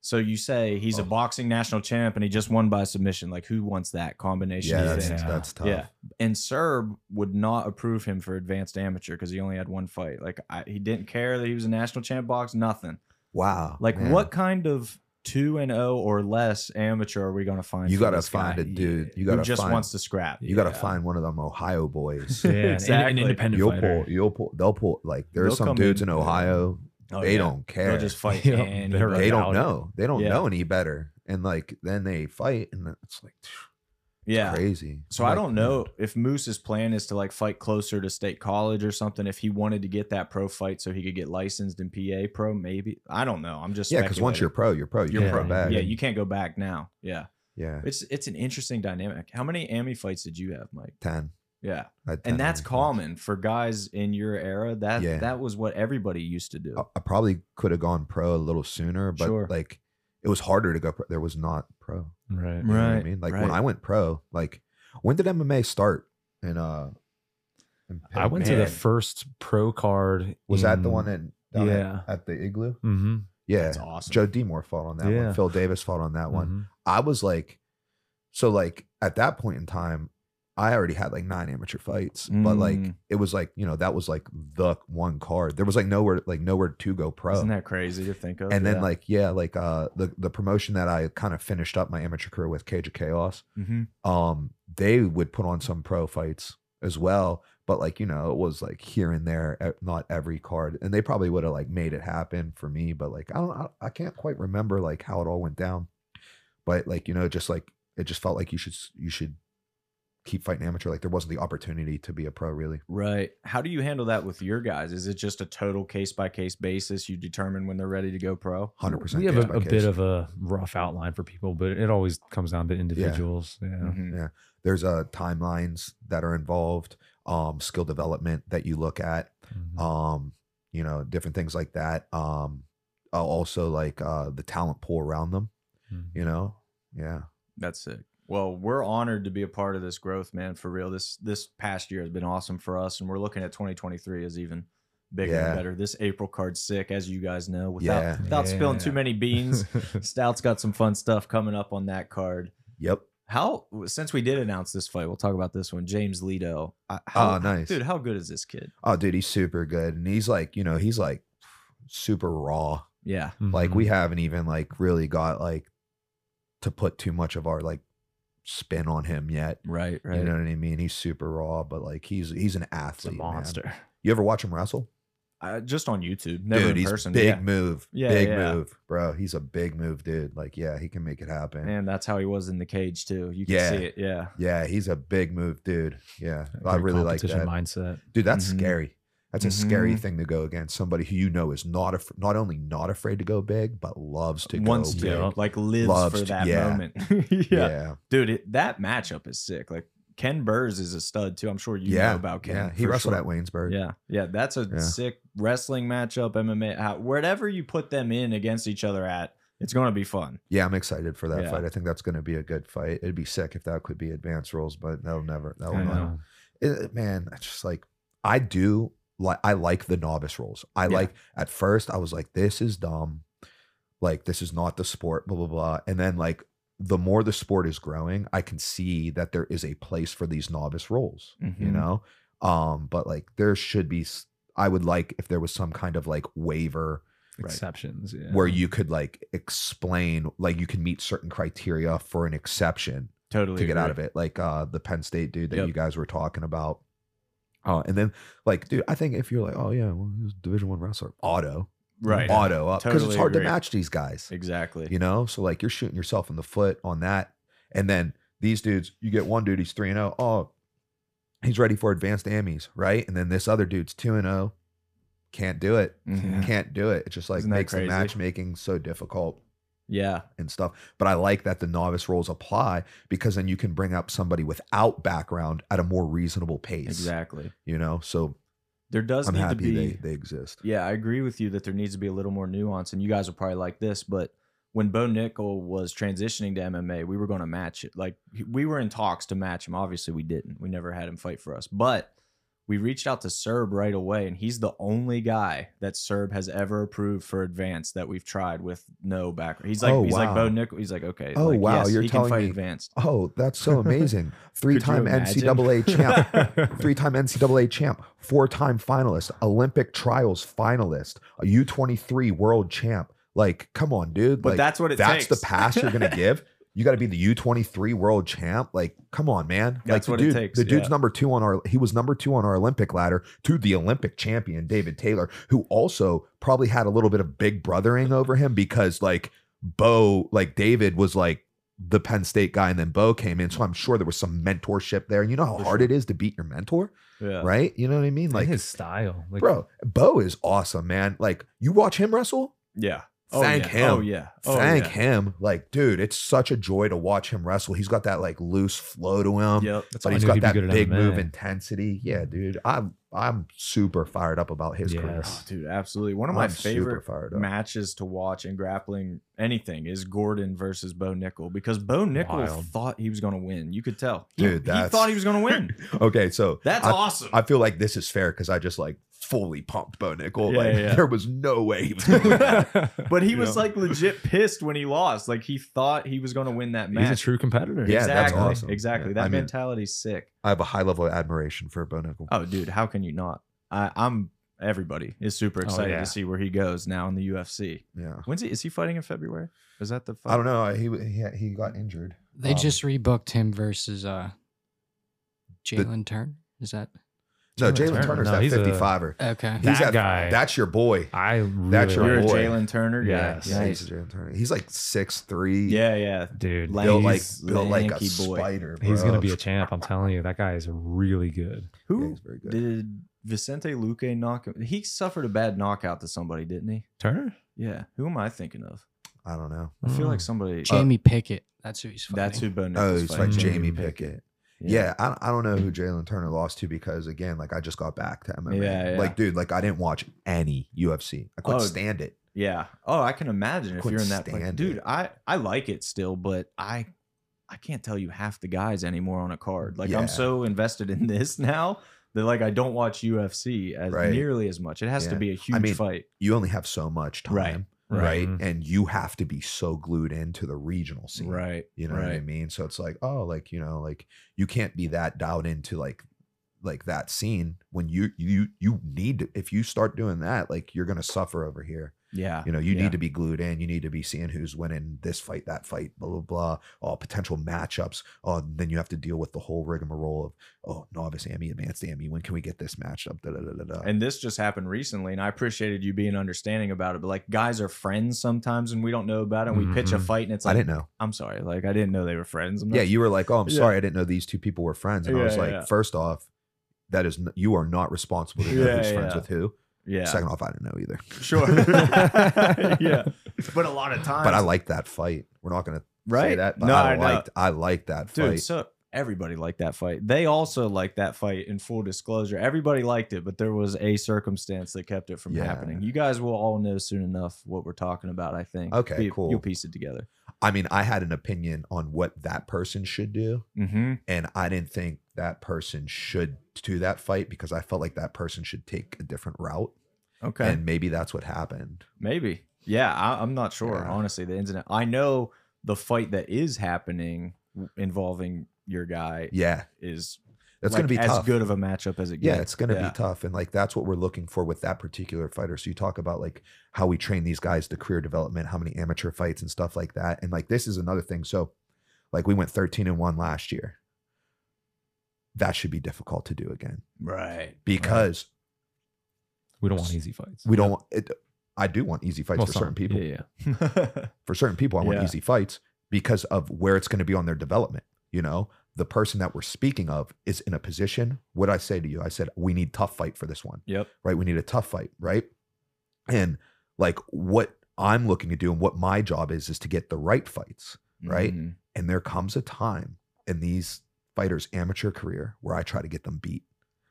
[SPEAKER 2] So you say he's a
[SPEAKER 1] Oh.
[SPEAKER 2] boxing national champ, and he just won by submission. Like who wants that combination?
[SPEAKER 1] Yeah,
[SPEAKER 2] of
[SPEAKER 1] that's
[SPEAKER 2] things?
[SPEAKER 3] Yeah.
[SPEAKER 1] that's tough.
[SPEAKER 2] uh, Yeah. And Serb would not approve him for advanced amateur because he only had one fight. Like I, he didn't care that he was a national champ box, nothing.
[SPEAKER 1] Wow.
[SPEAKER 2] Like
[SPEAKER 1] man.
[SPEAKER 2] what kind of two and O or less amateur are we gonna find?
[SPEAKER 1] You
[SPEAKER 2] for
[SPEAKER 1] gotta
[SPEAKER 2] this guy
[SPEAKER 1] find a dude. You
[SPEAKER 2] who
[SPEAKER 1] gotta
[SPEAKER 2] just
[SPEAKER 1] find-
[SPEAKER 2] wants to scrap.
[SPEAKER 1] You got to
[SPEAKER 2] Yeah.
[SPEAKER 1] find one of them Ohio boys.
[SPEAKER 3] yeah, an- an,
[SPEAKER 2] Exactly.
[SPEAKER 3] independent
[SPEAKER 1] you'll
[SPEAKER 3] fighter.
[SPEAKER 1] pull. You'll pull. They'll pull. Like there's
[SPEAKER 2] They'll
[SPEAKER 1] some
[SPEAKER 2] come
[SPEAKER 1] dudes in,
[SPEAKER 2] in-
[SPEAKER 1] Ohio.
[SPEAKER 2] Oh,
[SPEAKER 1] they
[SPEAKER 2] yeah.
[SPEAKER 1] don't care.
[SPEAKER 2] They'll just fight
[SPEAKER 3] Yeah,
[SPEAKER 2] and
[SPEAKER 3] they're
[SPEAKER 1] they
[SPEAKER 3] about
[SPEAKER 1] don't
[SPEAKER 3] it.
[SPEAKER 1] know. They don't
[SPEAKER 2] Yeah.
[SPEAKER 1] know any better. And like then they fight, and it's like
[SPEAKER 2] yeah.
[SPEAKER 1] crazy.
[SPEAKER 2] So I
[SPEAKER 1] Like,
[SPEAKER 2] don't know if Moose's plan is to like fight closer to state college or something. If he wanted to get that pro fight so he could get licensed in PA pro, maybe I don't know. I'm just
[SPEAKER 1] Yeah, because once
[SPEAKER 2] speculating.
[SPEAKER 1] you're pro, you're pro. You
[SPEAKER 2] You're
[SPEAKER 1] can't
[SPEAKER 2] pro.
[SPEAKER 1] go back.
[SPEAKER 2] Yeah, you can't go back now. Yeah.
[SPEAKER 1] Yeah.
[SPEAKER 2] It's it's an interesting dynamic. How many AMI fights did you have, Mike?
[SPEAKER 1] Ten.
[SPEAKER 2] Yeah.
[SPEAKER 1] I had 10
[SPEAKER 2] And that's
[SPEAKER 1] Olympics.
[SPEAKER 2] common for guys in your era. That
[SPEAKER 1] Yeah. Oh,
[SPEAKER 2] that was what everybody used to do.
[SPEAKER 1] I, I probably could have gone pro a little sooner, but
[SPEAKER 2] Sure.
[SPEAKER 1] like it was harder to go. pro. There was not pro.
[SPEAKER 3] Right.
[SPEAKER 1] You know what I
[SPEAKER 2] Right,
[SPEAKER 1] mean, like when
[SPEAKER 2] right.
[SPEAKER 1] I went pro, like when did MMA start? And uh, in
[SPEAKER 3] I went to the
[SPEAKER 1] Penn?
[SPEAKER 3] first pro card.
[SPEAKER 1] oh, Was that the
[SPEAKER 3] in-
[SPEAKER 1] one in down at-
[SPEAKER 3] yeah.
[SPEAKER 1] at, the igloo?
[SPEAKER 3] Mhm.
[SPEAKER 1] Yeah,
[SPEAKER 2] That's awesome. Mm-hmm.
[SPEAKER 1] Joe Demore fought on that
[SPEAKER 3] Yeah.
[SPEAKER 1] one. Phil Davis fought on that one.
[SPEAKER 3] Mhm.
[SPEAKER 1] I was like, so like at that point in time, I already had like nine amateur fights, but like
[SPEAKER 2] Mm.
[SPEAKER 1] it was like you know that was like the one card. There was like nowhere like nowhere to go pro.
[SPEAKER 2] Isn't that crazy to think of?
[SPEAKER 1] and then
[SPEAKER 2] Yeah.
[SPEAKER 1] like yeah, like uh the the promotion that I kind of finished up my amateur career with Cage of Chaos,
[SPEAKER 2] Mhm.
[SPEAKER 1] um they would put on some pro fights as well but like you know it was like here and there e- not every card and they probably would have like made it happen for me but like i don't I, I can't quite remember like how it all went down but like you know just like it just felt like you should s- you should keep fighting amateur like there wasn't the opportunity to be a pro really
[SPEAKER 2] Right. How do you handle that with your guys? Is it just a total case by case basis? You determine when they're ready to go pro?
[SPEAKER 1] 100%
[SPEAKER 3] We have
[SPEAKER 1] case
[SPEAKER 3] a,
[SPEAKER 1] by
[SPEAKER 3] a
[SPEAKER 1] case.
[SPEAKER 3] bit of a rough outline for people, but it always comes down to individuals. Yeah.
[SPEAKER 1] Mm-hmm.
[SPEAKER 2] Mhm.
[SPEAKER 1] there's uh timelines that are involved um skill development that you look at
[SPEAKER 3] Mhm.
[SPEAKER 1] um you know different things like that um uh, also like uh the talent pool around them
[SPEAKER 3] Mhm.
[SPEAKER 1] you know yeah
[SPEAKER 2] That's sick. Well, we're honored to be a part of this growth, man. For real, this this past year has been awesome for us, and we're looking at 2023 as even bigger
[SPEAKER 1] Yeah.
[SPEAKER 2] and better. This April card's sick, as you guys know. Without
[SPEAKER 1] Yeah.
[SPEAKER 2] without spilling too
[SPEAKER 3] Yeah.
[SPEAKER 2] many beans,
[SPEAKER 3] Mm-hmm.
[SPEAKER 2] Stout's got some fun stuff coming up on that card.
[SPEAKER 1] yep
[SPEAKER 2] How since we did announce this fight, we'll talk about this one. James Lido. I- Uh, How,
[SPEAKER 1] Oh, nice.
[SPEAKER 2] dude. How good is this kid?
[SPEAKER 1] oh dude he's super good and he's like you know he's like super raw
[SPEAKER 2] Yeah,
[SPEAKER 1] like
[SPEAKER 2] Mm-hmm.
[SPEAKER 1] we haven't even like really got like to put too much of our like spin on him yet
[SPEAKER 2] right, right.
[SPEAKER 1] you know what i mean he's super raw but like he's he's an
[SPEAKER 3] it's a
[SPEAKER 1] athlete man.
[SPEAKER 3] monster.
[SPEAKER 1] you ever watch him wrestle
[SPEAKER 2] I, just on YouTube, never
[SPEAKER 1] dude
[SPEAKER 2] in
[SPEAKER 1] he's
[SPEAKER 2] person.
[SPEAKER 1] big
[SPEAKER 2] yeah.
[SPEAKER 1] move
[SPEAKER 2] Yeah,
[SPEAKER 1] big
[SPEAKER 2] yeah.
[SPEAKER 1] move bro he's a big move dude like yeah he can make it happen
[SPEAKER 2] and that's how he was in the cage too. You can
[SPEAKER 1] Yeah.
[SPEAKER 2] see it. Yeah,
[SPEAKER 1] Yeah, he's a big move, dude. Yeah, I
[SPEAKER 3] Great
[SPEAKER 1] really like
[SPEAKER 3] competition
[SPEAKER 1] that,
[SPEAKER 3] mindset.
[SPEAKER 1] dude. That's
[SPEAKER 2] Mhm.
[SPEAKER 1] scary. That's a scary
[SPEAKER 2] Mhm.
[SPEAKER 1] thing to go against somebody who you know is not af- not only not afraid to go big, but loves to
[SPEAKER 2] Wants
[SPEAKER 1] go
[SPEAKER 2] to
[SPEAKER 1] big.
[SPEAKER 3] Yeah.
[SPEAKER 2] like lives
[SPEAKER 1] Loves
[SPEAKER 2] for
[SPEAKER 1] to-
[SPEAKER 2] that
[SPEAKER 1] yeah.
[SPEAKER 2] moment.
[SPEAKER 1] Yeah.
[SPEAKER 2] yeah, dude, it, that matchup is sick. Like Ken Burrs is a stud too. I'm sure you
[SPEAKER 1] yeah.
[SPEAKER 2] know about Ken.
[SPEAKER 1] yeah. He
[SPEAKER 2] for
[SPEAKER 1] wrestled
[SPEAKER 2] sure.
[SPEAKER 1] at Waynesburg.
[SPEAKER 2] Yeah, yeah, that's a
[SPEAKER 1] Yeah.
[SPEAKER 2] sick wrestling matchup. MMA, how, wherever you put them in against each other at, it's going to be fun.
[SPEAKER 1] Yeah, I'm excited for that
[SPEAKER 2] Yeah.
[SPEAKER 1] fight. I think that's going to be a good fight. It'd be sick if that could be advanced rules, but that'll never. That'll
[SPEAKER 2] I
[SPEAKER 1] not.
[SPEAKER 2] know.
[SPEAKER 1] It, Eh, man, it's just like I do. Like I like the novice rules. I
[SPEAKER 2] Yeah.
[SPEAKER 1] like. At first, I was like, "This is dumb. Like this is not the sport." Blah blah blah. And then like the more the sport is growing, I can see that there is a place for these novice roles. You
[SPEAKER 2] Mhm.
[SPEAKER 1] know, um, but like there should be. s- I would like if there was some kind of like waiver
[SPEAKER 2] Right.
[SPEAKER 3] Exceptions. Yeah.
[SPEAKER 1] where you could like explain like you can meet certain criteria for an exception
[SPEAKER 2] Totally
[SPEAKER 1] to get out of it like uh the penn state dude that
[SPEAKER 2] Yep.
[SPEAKER 1] you guys were talking about uh and then like dude i think if you're like oh yeah well he's a division one wrestler auto
[SPEAKER 2] right?
[SPEAKER 1] auto up because
[SPEAKER 2] Totally
[SPEAKER 1] it's hard
[SPEAKER 2] agree.
[SPEAKER 1] to match these guys
[SPEAKER 2] Exactly.
[SPEAKER 1] you know so like you're shooting yourself in the foot on that and then these dudes you get one dude he's 3 and 0 oh he's ready for advanced amis right and then this other dude's 2 and 0 can't do it
[SPEAKER 2] Mhm.
[SPEAKER 1] can't do it it just like
[SPEAKER 2] Isn't that
[SPEAKER 1] makes the
[SPEAKER 2] crazy?
[SPEAKER 1] matchmaking so difficult
[SPEAKER 2] Yeah,
[SPEAKER 1] and stuff. But I like that the novice roles apply because then you can bring up somebody without background at a more reasonable pace.
[SPEAKER 2] exactly.
[SPEAKER 1] You know, so
[SPEAKER 2] There does
[SPEAKER 1] I'm
[SPEAKER 2] need
[SPEAKER 1] happy
[SPEAKER 2] to be.
[SPEAKER 1] they, they exist.
[SPEAKER 2] Yeah, I agree with you that there needs to be a little more nuance, and you guys will probably like this, but when Bo Nickel was transitioning to MMA, we were going to match it. Like we were in talks to match him. Obviously, we didn't. We never had him fight for us, but we reached out to Serb right away, and he's the only guy that Serb has ever approved for advance that we've tried with no background. He's like,
[SPEAKER 1] Oh,
[SPEAKER 2] he's like Bo
[SPEAKER 1] wow.
[SPEAKER 2] Nickel. He's like, okay,
[SPEAKER 1] Oh,
[SPEAKER 2] like,
[SPEAKER 1] wow,
[SPEAKER 2] yes,
[SPEAKER 1] you're
[SPEAKER 2] he
[SPEAKER 1] telling
[SPEAKER 2] can fight
[SPEAKER 1] me-
[SPEAKER 2] advanced.
[SPEAKER 1] Oh, that's so amazing. Three time
[SPEAKER 2] imagine?
[SPEAKER 1] NCAA champ, three time NCAA champ, four time finalist, Olympic trials finalist, a U23 world champ. Like, come on, dude.
[SPEAKER 2] But
[SPEAKER 1] like,
[SPEAKER 2] that's what it
[SPEAKER 1] that's
[SPEAKER 2] takes.
[SPEAKER 1] the pass you're gonna give. You got to be the U23 world champ. Like, come on, man.
[SPEAKER 2] That's
[SPEAKER 1] like, the
[SPEAKER 2] what it
[SPEAKER 1] dude,
[SPEAKER 2] takes,
[SPEAKER 1] The dude's
[SPEAKER 2] yeah.
[SPEAKER 1] number two on our. He was number two on our Olympic ladder to the Olympic champion David Taylor, who also probably had a little bit of big brothering over him because like Bo, like David was like the Penn State guy, and then Bo came in. So I'm sure there was some mentorship there. And you know how
[SPEAKER 2] For
[SPEAKER 1] hard it is to beat your mentor,
[SPEAKER 2] Yeah.
[SPEAKER 1] right? You know what I mean? Like,
[SPEAKER 3] his style, like,
[SPEAKER 1] bro, Bo is awesome, man. Like, you watch him wrestle.
[SPEAKER 2] Yeah.
[SPEAKER 1] Thank
[SPEAKER 2] yeah.
[SPEAKER 1] him.
[SPEAKER 2] Oh yeah. Oh,
[SPEAKER 1] Thank
[SPEAKER 2] yeah.
[SPEAKER 1] him. Like, dude, it's such a joy to watch him wrestle. He's got that like loose flow to him.
[SPEAKER 2] Yep.
[SPEAKER 3] That's
[SPEAKER 1] But
[SPEAKER 3] how I
[SPEAKER 1] he's
[SPEAKER 3] knew
[SPEAKER 1] got
[SPEAKER 3] he'd be
[SPEAKER 1] that
[SPEAKER 3] good at
[SPEAKER 1] big
[SPEAKER 3] MMA.
[SPEAKER 1] move intensity. Yeah, dude. I'm I'm super fired up about his career.
[SPEAKER 3] Yes.
[SPEAKER 2] Dude, absolutely. One of my
[SPEAKER 1] I'm super
[SPEAKER 2] favorite
[SPEAKER 1] fired up.
[SPEAKER 2] matches to watch in grappling anything is Gordon versus Bo Nickel because Bo Nickel
[SPEAKER 3] Wild.
[SPEAKER 2] thought he was going to win. You could tell. He-
[SPEAKER 1] Dude,
[SPEAKER 2] he,
[SPEAKER 1] that's-
[SPEAKER 2] thought he was going to win.
[SPEAKER 1] Okay, so
[SPEAKER 2] That's
[SPEAKER 1] I,
[SPEAKER 2] awesome.
[SPEAKER 1] I feel like this is fair because I just like fully pumped Bo Nickel.
[SPEAKER 2] Yeah,
[SPEAKER 1] like
[SPEAKER 2] yeah, yeah.
[SPEAKER 1] there was no way he was gonna win that.
[SPEAKER 2] but he was like legit pissed when he lost. Like he thought he was going to win that match.
[SPEAKER 3] He's a true competitor.
[SPEAKER 1] Yeah,
[SPEAKER 2] exactly.
[SPEAKER 1] that's awesome.
[SPEAKER 2] Exactly.
[SPEAKER 1] Yeah,
[SPEAKER 2] That
[SPEAKER 1] I mean-
[SPEAKER 2] mentality's sick.
[SPEAKER 1] I have a high level of admiration for Bo Nickel.
[SPEAKER 2] Oh, dude, how can you not? I, I'm everybody is super
[SPEAKER 1] Oh,
[SPEAKER 2] excited
[SPEAKER 3] yeah.
[SPEAKER 2] to see where he goes now in the UFC.
[SPEAKER 1] Yeah.
[SPEAKER 2] When's he? Is he fighting in February? Is that the? Fight?
[SPEAKER 1] I don't know. He he, he got injured.
[SPEAKER 5] They
[SPEAKER 1] Um,
[SPEAKER 5] just rebooked him versus uh
[SPEAKER 1] The-
[SPEAKER 5] Jalen Turn. Is that
[SPEAKER 1] No,
[SPEAKER 3] Jalen
[SPEAKER 1] Jalen
[SPEAKER 3] Turner.
[SPEAKER 1] Turner's
[SPEAKER 3] No,
[SPEAKER 1] that
[SPEAKER 3] he's a-
[SPEAKER 1] 55er.
[SPEAKER 5] okay?
[SPEAKER 1] He's
[SPEAKER 3] That
[SPEAKER 1] at-
[SPEAKER 3] guy.
[SPEAKER 1] That's your boy.
[SPEAKER 3] I really
[SPEAKER 1] That's your
[SPEAKER 2] You're a
[SPEAKER 1] boy.
[SPEAKER 2] Jalen Turner guy.
[SPEAKER 3] Yes.
[SPEAKER 1] Yeah, he's
[SPEAKER 2] Nice.
[SPEAKER 1] a Jalen Turner. He's like six three.
[SPEAKER 2] Yeah, yeah.
[SPEAKER 3] dude.
[SPEAKER 2] Lan-
[SPEAKER 1] built like
[SPEAKER 2] He's
[SPEAKER 1] built like a
[SPEAKER 2] lanky boy.
[SPEAKER 1] spider.
[SPEAKER 3] he's
[SPEAKER 1] bro.
[SPEAKER 3] gonna be a champ. I'm telling you, that guy is really good.
[SPEAKER 1] Yeah,
[SPEAKER 2] Who
[SPEAKER 1] he's very good.
[SPEAKER 2] did Vicente Luque knock? him- He suffered a bad knockout to somebody, didn't he?
[SPEAKER 3] Turner.
[SPEAKER 2] Yeah. Who am I thinking of?
[SPEAKER 1] I don't know.
[SPEAKER 2] I feel
[SPEAKER 3] Mm.
[SPEAKER 2] like somebody. uh,
[SPEAKER 5] Jamie Pickett. That's who he's fighting.
[SPEAKER 2] that's who Bo
[SPEAKER 1] Hmm. Oh,
[SPEAKER 2] Nickel's
[SPEAKER 1] he's like
[SPEAKER 2] fighting.
[SPEAKER 3] Jam-
[SPEAKER 1] Jamie Pickett. Yeah, I, I don't know who Jalen Turner lost to because again, like I just got back to MMA.
[SPEAKER 2] Yeah, yeah.
[SPEAKER 1] Like, dude, like I didn't watch any UFC. I couldn't
[SPEAKER 2] Oh,
[SPEAKER 1] stand it.
[SPEAKER 2] Yeah. Oh, I can imagine if
[SPEAKER 1] Couldn't
[SPEAKER 2] you're in that. Place.
[SPEAKER 1] stand
[SPEAKER 2] Dude,
[SPEAKER 1] it.
[SPEAKER 2] I I like it still, but I I can't tell you half the guys anymore on a card. Like
[SPEAKER 1] Yeah.
[SPEAKER 2] I'm so invested in this now that like I don't watch UFC as
[SPEAKER 1] Right.
[SPEAKER 2] nearly as much. It has to
[SPEAKER 1] Yeah.
[SPEAKER 2] be a huge
[SPEAKER 1] mean,
[SPEAKER 2] fight.
[SPEAKER 1] You only have so much time,
[SPEAKER 2] Right,
[SPEAKER 1] right?
[SPEAKER 3] right. Mhm.
[SPEAKER 1] And you have to be so glued into the regional scene,
[SPEAKER 2] Right.
[SPEAKER 1] You know
[SPEAKER 2] right.
[SPEAKER 1] what I mean? So it's like, oh, like you know, like you can't be that dialed into like like that scene when you you you need to, if you start doing that, like you're gonna suffer over here.
[SPEAKER 2] Yeah.
[SPEAKER 1] You know, you
[SPEAKER 2] Uh, Yeah.
[SPEAKER 1] need to be glued in. You need to be seeing who's winning this fight, that fight, blah blah blah. All potential matchups. Oh, then you have to deal with the whole rigmarole of oh novice Amy, advanced Amy. When can we get this matched up? Da, da, da, da, da.
[SPEAKER 2] and this just happened recently and i appreciated you being understanding about it but like guys are friends sometimes and we don't know about it and we pitch a
[SPEAKER 3] Mhm.
[SPEAKER 2] fight and it's
[SPEAKER 1] Mm-hmm. I
[SPEAKER 2] like
[SPEAKER 1] didn't know.
[SPEAKER 2] i'm sorry like i didn't know they were friends I'm not-
[SPEAKER 1] Yeah, you were like, oh, I'm
[SPEAKER 2] Yeah.
[SPEAKER 1] sorry, I didn't know these two people were friends, and I
[SPEAKER 2] Yeah,
[SPEAKER 1] was like,
[SPEAKER 2] yeah.
[SPEAKER 1] first off, that is n- you are not responsible to know
[SPEAKER 2] Yeah,
[SPEAKER 1] who's friends
[SPEAKER 2] yeah.
[SPEAKER 1] with who.
[SPEAKER 2] yeah,
[SPEAKER 1] Second off, I didn't know either.
[SPEAKER 2] sure, yeah. But a lot of times,
[SPEAKER 1] But I like that fight. We're not gonna
[SPEAKER 2] right.
[SPEAKER 1] say that. But
[SPEAKER 2] no,
[SPEAKER 1] I
[SPEAKER 2] know.
[SPEAKER 1] liked I liked that
[SPEAKER 2] dude.
[SPEAKER 1] fight.
[SPEAKER 2] So everybody liked that fight. They also liked that fight. In full disclosure, everybody liked it, but there was a circumstance that kept it from
[SPEAKER 1] Yeah.
[SPEAKER 2] happening. You guys will all know soon enough what we're talking about. I think.
[SPEAKER 1] Okay,
[SPEAKER 2] Be-
[SPEAKER 1] cool.
[SPEAKER 2] You'll piece it together.
[SPEAKER 1] I mean, I had an opinion on what that person should do,
[SPEAKER 2] Mm-hmm.
[SPEAKER 1] and I didn't think that person should do that fight because I felt like that person should take a different route,
[SPEAKER 2] Okay.
[SPEAKER 1] and maybe that's what happened.
[SPEAKER 2] Maybe. Yeah, I, I'm not sure.
[SPEAKER 1] Yeah.
[SPEAKER 2] Honestly, the incident. I know the fight that is happening w- involving your guy
[SPEAKER 1] Yeah,
[SPEAKER 2] is
[SPEAKER 1] that's
[SPEAKER 2] like,
[SPEAKER 1] gonna be
[SPEAKER 2] as
[SPEAKER 1] tough.
[SPEAKER 2] good of a matchup as it
[SPEAKER 1] yeah,
[SPEAKER 2] gets.
[SPEAKER 1] it's gonna
[SPEAKER 2] Yeah.
[SPEAKER 1] be tough, and like that's what we're looking for with that particular fighter. So you talk about like how we train these guys to career development, how many amateur fights and stuff like that, and like this is another thing. So, like we went thirteen and one last year. That should be difficult to do again
[SPEAKER 2] right.
[SPEAKER 1] because
[SPEAKER 3] We don't want easy fights.
[SPEAKER 1] we don't want it. I do want easy fights
[SPEAKER 3] Well,
[SPEAKER 1] for
[SPEAKER 3] some-
[SPEAKER 1] certain people.
[SPEAKER 3] Yeah, yeah.
[SPEAKER 1] for certain people, I want
[SPEAKER 2] Yeah.
[SPEAKER 1] easy fights because of where it's going to be on their development. You know, the person that we're speaking of is in a position. What I say to you, I said, we need tough fight for this one,
[SPEAKER 2] Yep.
[SPEAKER 1] right? We need a tough fight, right? And like what I'm looking to do and what my job is, is to get the right fights. Right?
[SPEAKER 2] Mhm.
[SPEAKER 1] And there comes a time in these fighters' amateur career where I try to get them beat.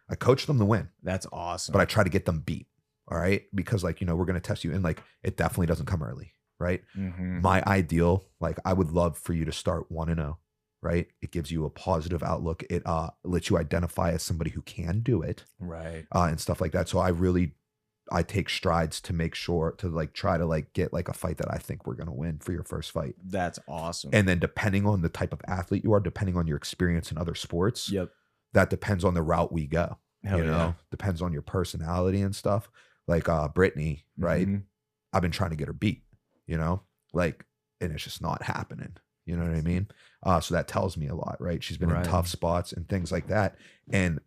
[SPEAKER 1] I coach them to win,
[SPEAKER 2] That's awesome.
[SPEAKER 1] but I try to get them beat. All right. Because like, you know, we're going to test you. And like, it definitely doesn't come early. Right
[SPEAKER 2] Mhm.
[SPEAKER 1] my ideal like i would love for you to start 1 and 0 right it gives you a positive outlook it uh lets you identify as somebody who can do it
[SPEAKER 2] right.
[SPEAKER 1] uh and stuff like that so i really i take strides to make sure to like try to like get like a fight that i think we're going to win for your first fight
[SPEAKER 2] That's awesome.
[SPEAKER 1] and then depending on the type of athlete you are depending on your experience in other sports
[SPEAKER 2] yep.
[SPEAKER 1] that depends on the route we go
[SPEAKER 2] Hell
[SPEAKER 1] you know
[SPEAKER 2] yeah.
[SPEAKER 1] depends on your personality and stuff like uh brittany right
[SPEAKER 2] Mhm.
[SPEAKER 1] I've been trying to get her beat, you know, like, and it's just not happening. You know what I mean? Uh, so that tells me a lot, right? She's been
[SPEAKER 3] Right.
[SPEAKER 1] in tough spots and things like that. And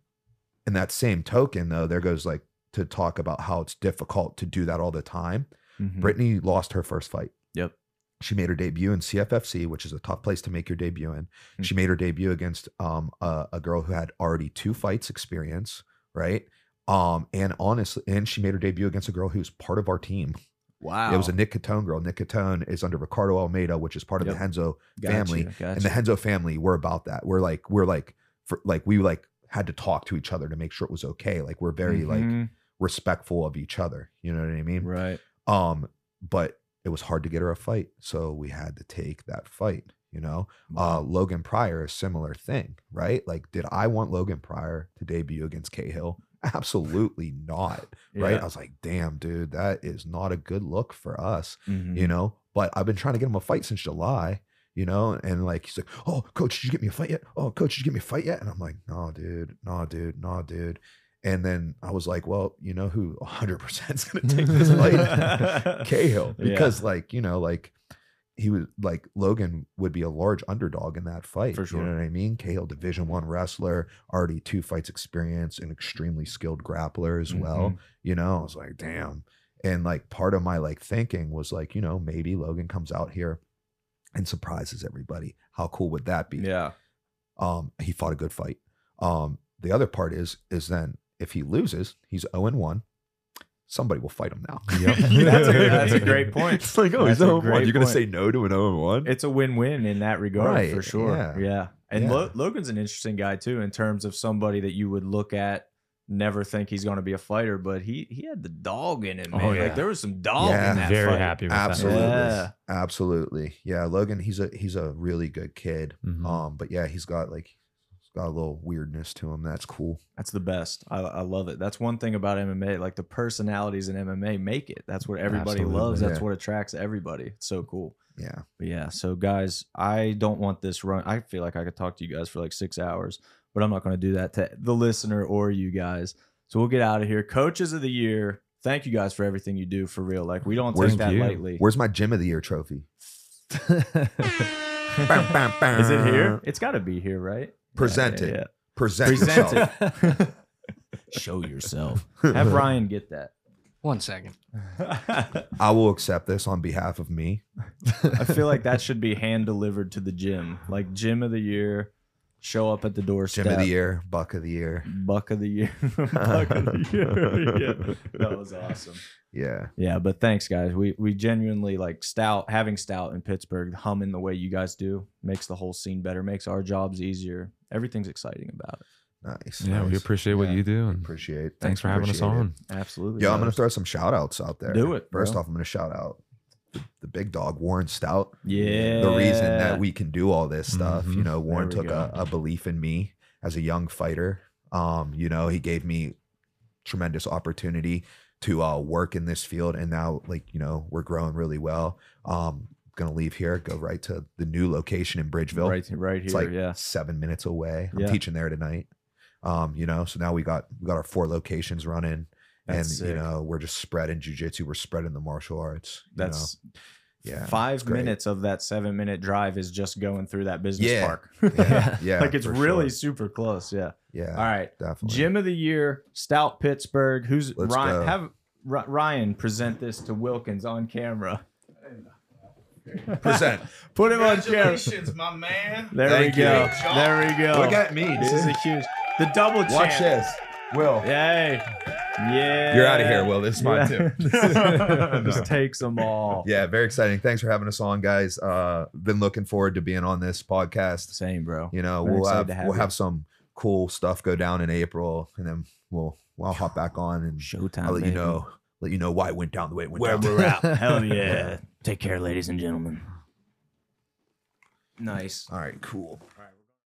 [SPEAKER 1] in that same token, though, there goes like to talk about how it's difficult to do that all the time.
[SPEAKER 2] Mhm.
[SPEAKER 1] Brittany lost her first fight.
[SPEAKER 2] Yep.
[SPEAKER 1] She made her debut in CFFC, which is a tough place to make your debut in. She made her debut against um, a, a girl who had already two fights experience, right? Um, and honestly, and she made her debut against a girl who's part of our team.
[SPEAKER 2] Wow.
[SPEAKER 1] It was a Nick Catone girl. Nick Catone is under Ricardo Almeida, which is part of
[SPEAKER 2] Yep.
[SPEAKER 1] the Henzo.
[SPEAKER 2] Gotcha,
[SPEAKER 1] family, And the
[SPEAKER 2] gotcha.
[SPEAKER 1] Henzo family, we're about that. We're like, we're like, for, like we like had to talk to each other to make sure it was okay. Like we're very like
[SPEAKER 2] Mhm.
[SPEAKER 1] respectful of each other. You know what I mean?
[SPEAKER 2] right.
[SPEAKER 1] Um, but it was hard to get her a fight, so we had to take that fight. You know, uh, Logan Pryor, a similar thing, right? Like, did I want Logan Pryor to debut against Cahill? Absolutely not, right? I
[SPEAKER 2] Yeah.
[SPEAKER 1] was like, damn, dude, that is not a good look for us
[SPEAKER 2] Mhm.
[SPEAKER 1] you know. But I've been trying to get him a fight since July, you know. And like he's like, "Oh, coach, did you get me a fight yet? Oh, coach, did you get me a fight yet?" And I'm like, "No, dude, no, dude, no, dude." And then I was like, "Well, you know who 100 percent is going to take this fight? Cahill,
[SPEAKER 2] Yeah.
[SPEAKER 1] because like you know, like." He was like Logan would be a large underdog in that fight.
[SPEAKER 2] For sure.
[SPEAKER 1] You know what I mean? Cahill, Division One wrestler, already two fights experience, an extremely skilled grappler
[SPEAKER 2] Mm-hmm.
[SPEAKER 1] as well you know i was like damn and like part of my like thinking was like you know maybe logan comes out here and surprises everybody how cool would that be
[SPEAKER 2] Yeah.
[SPEAKER 1] um he fought a good fight um the other part is is then if he loses he's 0 and 1 somebody will fight him now
[SPEAKER 2] That's a good- that's a great point.
[SPEAKER 1] it's like oh
[SPEAKER 2] That's
[SPEAKER 1] he's
[SPEAKER 2] a
[SPEAKER 1] 0 and 1
[SPEAKER 2] great
[SPEAKER 1] you're going to say
[SPEAKER 2] point.
[SPEAKER 1] no to an 0 and 1
[SPEAKER 2] it's a win-win in that regard
[SPEAKER 1] Right,
[SPEAKER 2] for sure. Yeah,
[SPEAKER 1] yeah.
[SPEAKER 2] and
[SPEAKER 1] Yeah.
[SPEAKER 2] Lo- Logan's an interesting guy too in terms of somebody that you would look at, never think he's going to be a fighter, but he he had the dog in him. Man.
[SPEAKER 3] Oh, yeah.
[SPEAKER 2] like there was some dog
[SPEAKER 1] Yeah.
[SPEAKER 2] in that
[SPEAKER 3] Very
[SPEAKER 2] fight.
[SPEAKER 3] happy with
[SPEAKER 1] absolutely
[SPEAKER 3] that.
[SPEAKER 2] Yeah.
[SPEAKER 1] absolutely yeah logan he's a he's a really good kid
[SPEAKER 3] Mhm.
[SPEAKER 1] um but yeah he's got like he's got a little weirdness to him that's cool
[SPEAKER 2] That's the best. I, I love it. That's one thing about MMA. Like the personalities in MMA make it. That's what everybody
[SPEAKER 3] Absolutely.
[SPEAKER 2] loves. That's
[SPEAKER 1] Yeah.
[SPEAKER 2] what attracts everybody. It's so cool.
[SPEAKER 1] yeah
[SPEAKER 2] But yeah, so guys, I don't want this run. I feel like I could talk to you guys for like six hours, but I'm not going to do that to the listener or you guys. So we'll get out of here. Coaches of the year, thank you guys for everything you do for real. Like we don't
[SPEAKER 1] Where's
[SPEAKER 2] take that
[SPEAKER 3] you?
[SPEAKER 2] lightly.
[SPEAKER 1] Where's my gym of the year trophy?
[SPEAKER 2] Is it here? It's got to be here, right?
[SPEAKER 1] Present
[SPEAKER 2] Yeah,
[SPEAKER 1] it.
[SPEAKER 2] yeah,
[SPEAKER 1] Present,
[SPEAKER 2] Present
[SPEAKER 1] yourself.
[SPEAKER 2] it. Show yourself. Have Ryan get that.
[SPEAKER 5] One second.
[SPEAKER 1] I will accept this on behalf of me.
[SPEAKER 2] I feel like that should be hand delivered to the gym, like gym of the year. show up at the doorstep.
[SPEAKER 1] Gym of the year, buck of the year.
[SPEAKER 2] Buck of the year. Buck of the year. yeah. That was awesome.
[SPEAKER 1] Yeah.
[SPEAKER 2] Yeah, but thanks guys. We we genuinely like stout having stout in Pittsburgh, humming the way you guys do makes the whole scene better, makes our jobs easier. Everything's exciting about it.
[SPEAKER 1] Nice.
[SPEAKER 3] Yeah, we
[SPEAKER 1] nice.
[SPEAKER 3] appreciate what
[SPEAKER 2] Yeah.
[SPEAKER 3] you do. And thanks,
[SPEAKER 1] appreciate.
[SPEAKER 3] for having us
[SPEAKER 1] appreciate it.
[SPEAKER 3] on.
[SPEAKER 2] Absolutely.
[SPEAKER 1] Yo, I'm gonna
[SPEAKER 2] brothers.
[SPEAKER 1] throw some shout outs out there.
[SPEAKER 2] Do it,
[SPEAKER 1] First
[SPEAKER 2] bro.
[SPEAKER 1] off, I'm gonna shout out the, the big dog, Warren Stout.
[SPEAKER 2] Yeah. Mm-hmm.
[SPEAKER 1] The reason that we can do all this stuff. You
[SPEAKER 3] Mhm.
[SPEAKER 1] know, Warren
[SPEAKER 2] There
[SPEAKER 1] took
[SPEAKER 2] we
[SPEAKER 1] a,
[SPEAKER 2] go.
[SPEAKER 1] a belief in me as a young fighter. Um, you know, he gave me tremendous opportunity to uh work in this field and now like, you know, we're growing really well. Um gonna leave here, go right to the new location in Bridgeville.
[SPEAKER 2] right right here,
[SPEAKER 1] It's like
[SPEAKER 2] yeah.
[SPEAKER 1] seven minutes away. I'm
[SPEAKER 2] Yeah.
[SPEAKER 1] teaching there tonight. Um, you know, so now we got we got our four locations running, and
[SPEAKER 2] That's
[SPEAKER 1] you
[SPEAKER 2] sick.
[SPEAKER 1] know we're just spreading jujitsu. We're spreading the martial arts. you
[SPEAKER 2] That's
[SPEAKER 1] know? yeah, it's
[SPEAKER 2] five
[SPEAKER 1] great.
[SPEAKER 2] minutes of that seven minute drive is just going through that business
[SPEAKER 1] Yeah.
[SPEAKER 2] park.
[SPEAKER 1] Yeah, yeah,
[SPEAKER 2] like it's
[SPEAKER 1] for
[SPEAKER 2] really
[SPEAKER 1] sure.
[SPEAKER 2] super close. Yeah.
[SPEAKER 1] yeah.
[SPEAKER 2] All right.
[SPEAKER 1] definitely.
[SPEAKER 2] Gym of the year, Stout Pittsburgh. Who's
[SPEAKER 1] Let's
[SPEAKER 2] Ryan?
[SPEAKER 1] go.
[SPEAKER 2] Have R- Ryan present this to Wilkins on camera.
[SPEAKER 1] present.
[SPEAKER 2] Put him on camera.
[SPEAKER 4] Congratulations, my man.
[SPEAKER 2] There
[SPEAKER 1] Thank
[SPEAKER 2] we
[SPEAKER 1] you.
[SPEAKER 2] go.
[SPEAKER 4] Good job.
[SPEAKER 2] There we go.
[SPEAKER 1] Look at me.
[SPEAKER 2] this is a huge. The double champ.
[SPEAKER 1] Watch this, Will.
[SPEAKER 2] Yay. Yeah.
[SPEAKER 1] You're out of here, Will. This is mine too.
[SPEAKER 2] Yeah. Just takes them all.
[SPEAKER 1] Yeah, very exciting. Thanks for having us on, guys. Uh, been looking forward to being on this podcast.
[SPEAKER 2] Same, bro.
[SPEAKER 1] You know,
[SPEAKER 2] Very
[SPEAKER 1] we'll
[SPEAKER 2] excited
[SPEAKER 1] have,
[SPEAKER 2] to have
[SPEAKER 1] we'll
[SPEAKER 2] you.
[SPEAKER 1] have some cool stuff go down in April, and then we'll we'll hop back on and
[SPEAKER 2] Showtime.
[SPEAKER 1] I'll let you
[SPEAKER 2] baby.
[SPEAKER 1] know let you know why it went down the way it went down.
[SPEAKER 2] Hell yeah. Take care, ladies and gentlemen. Nice.
[SPEAKER 1] All right, cool.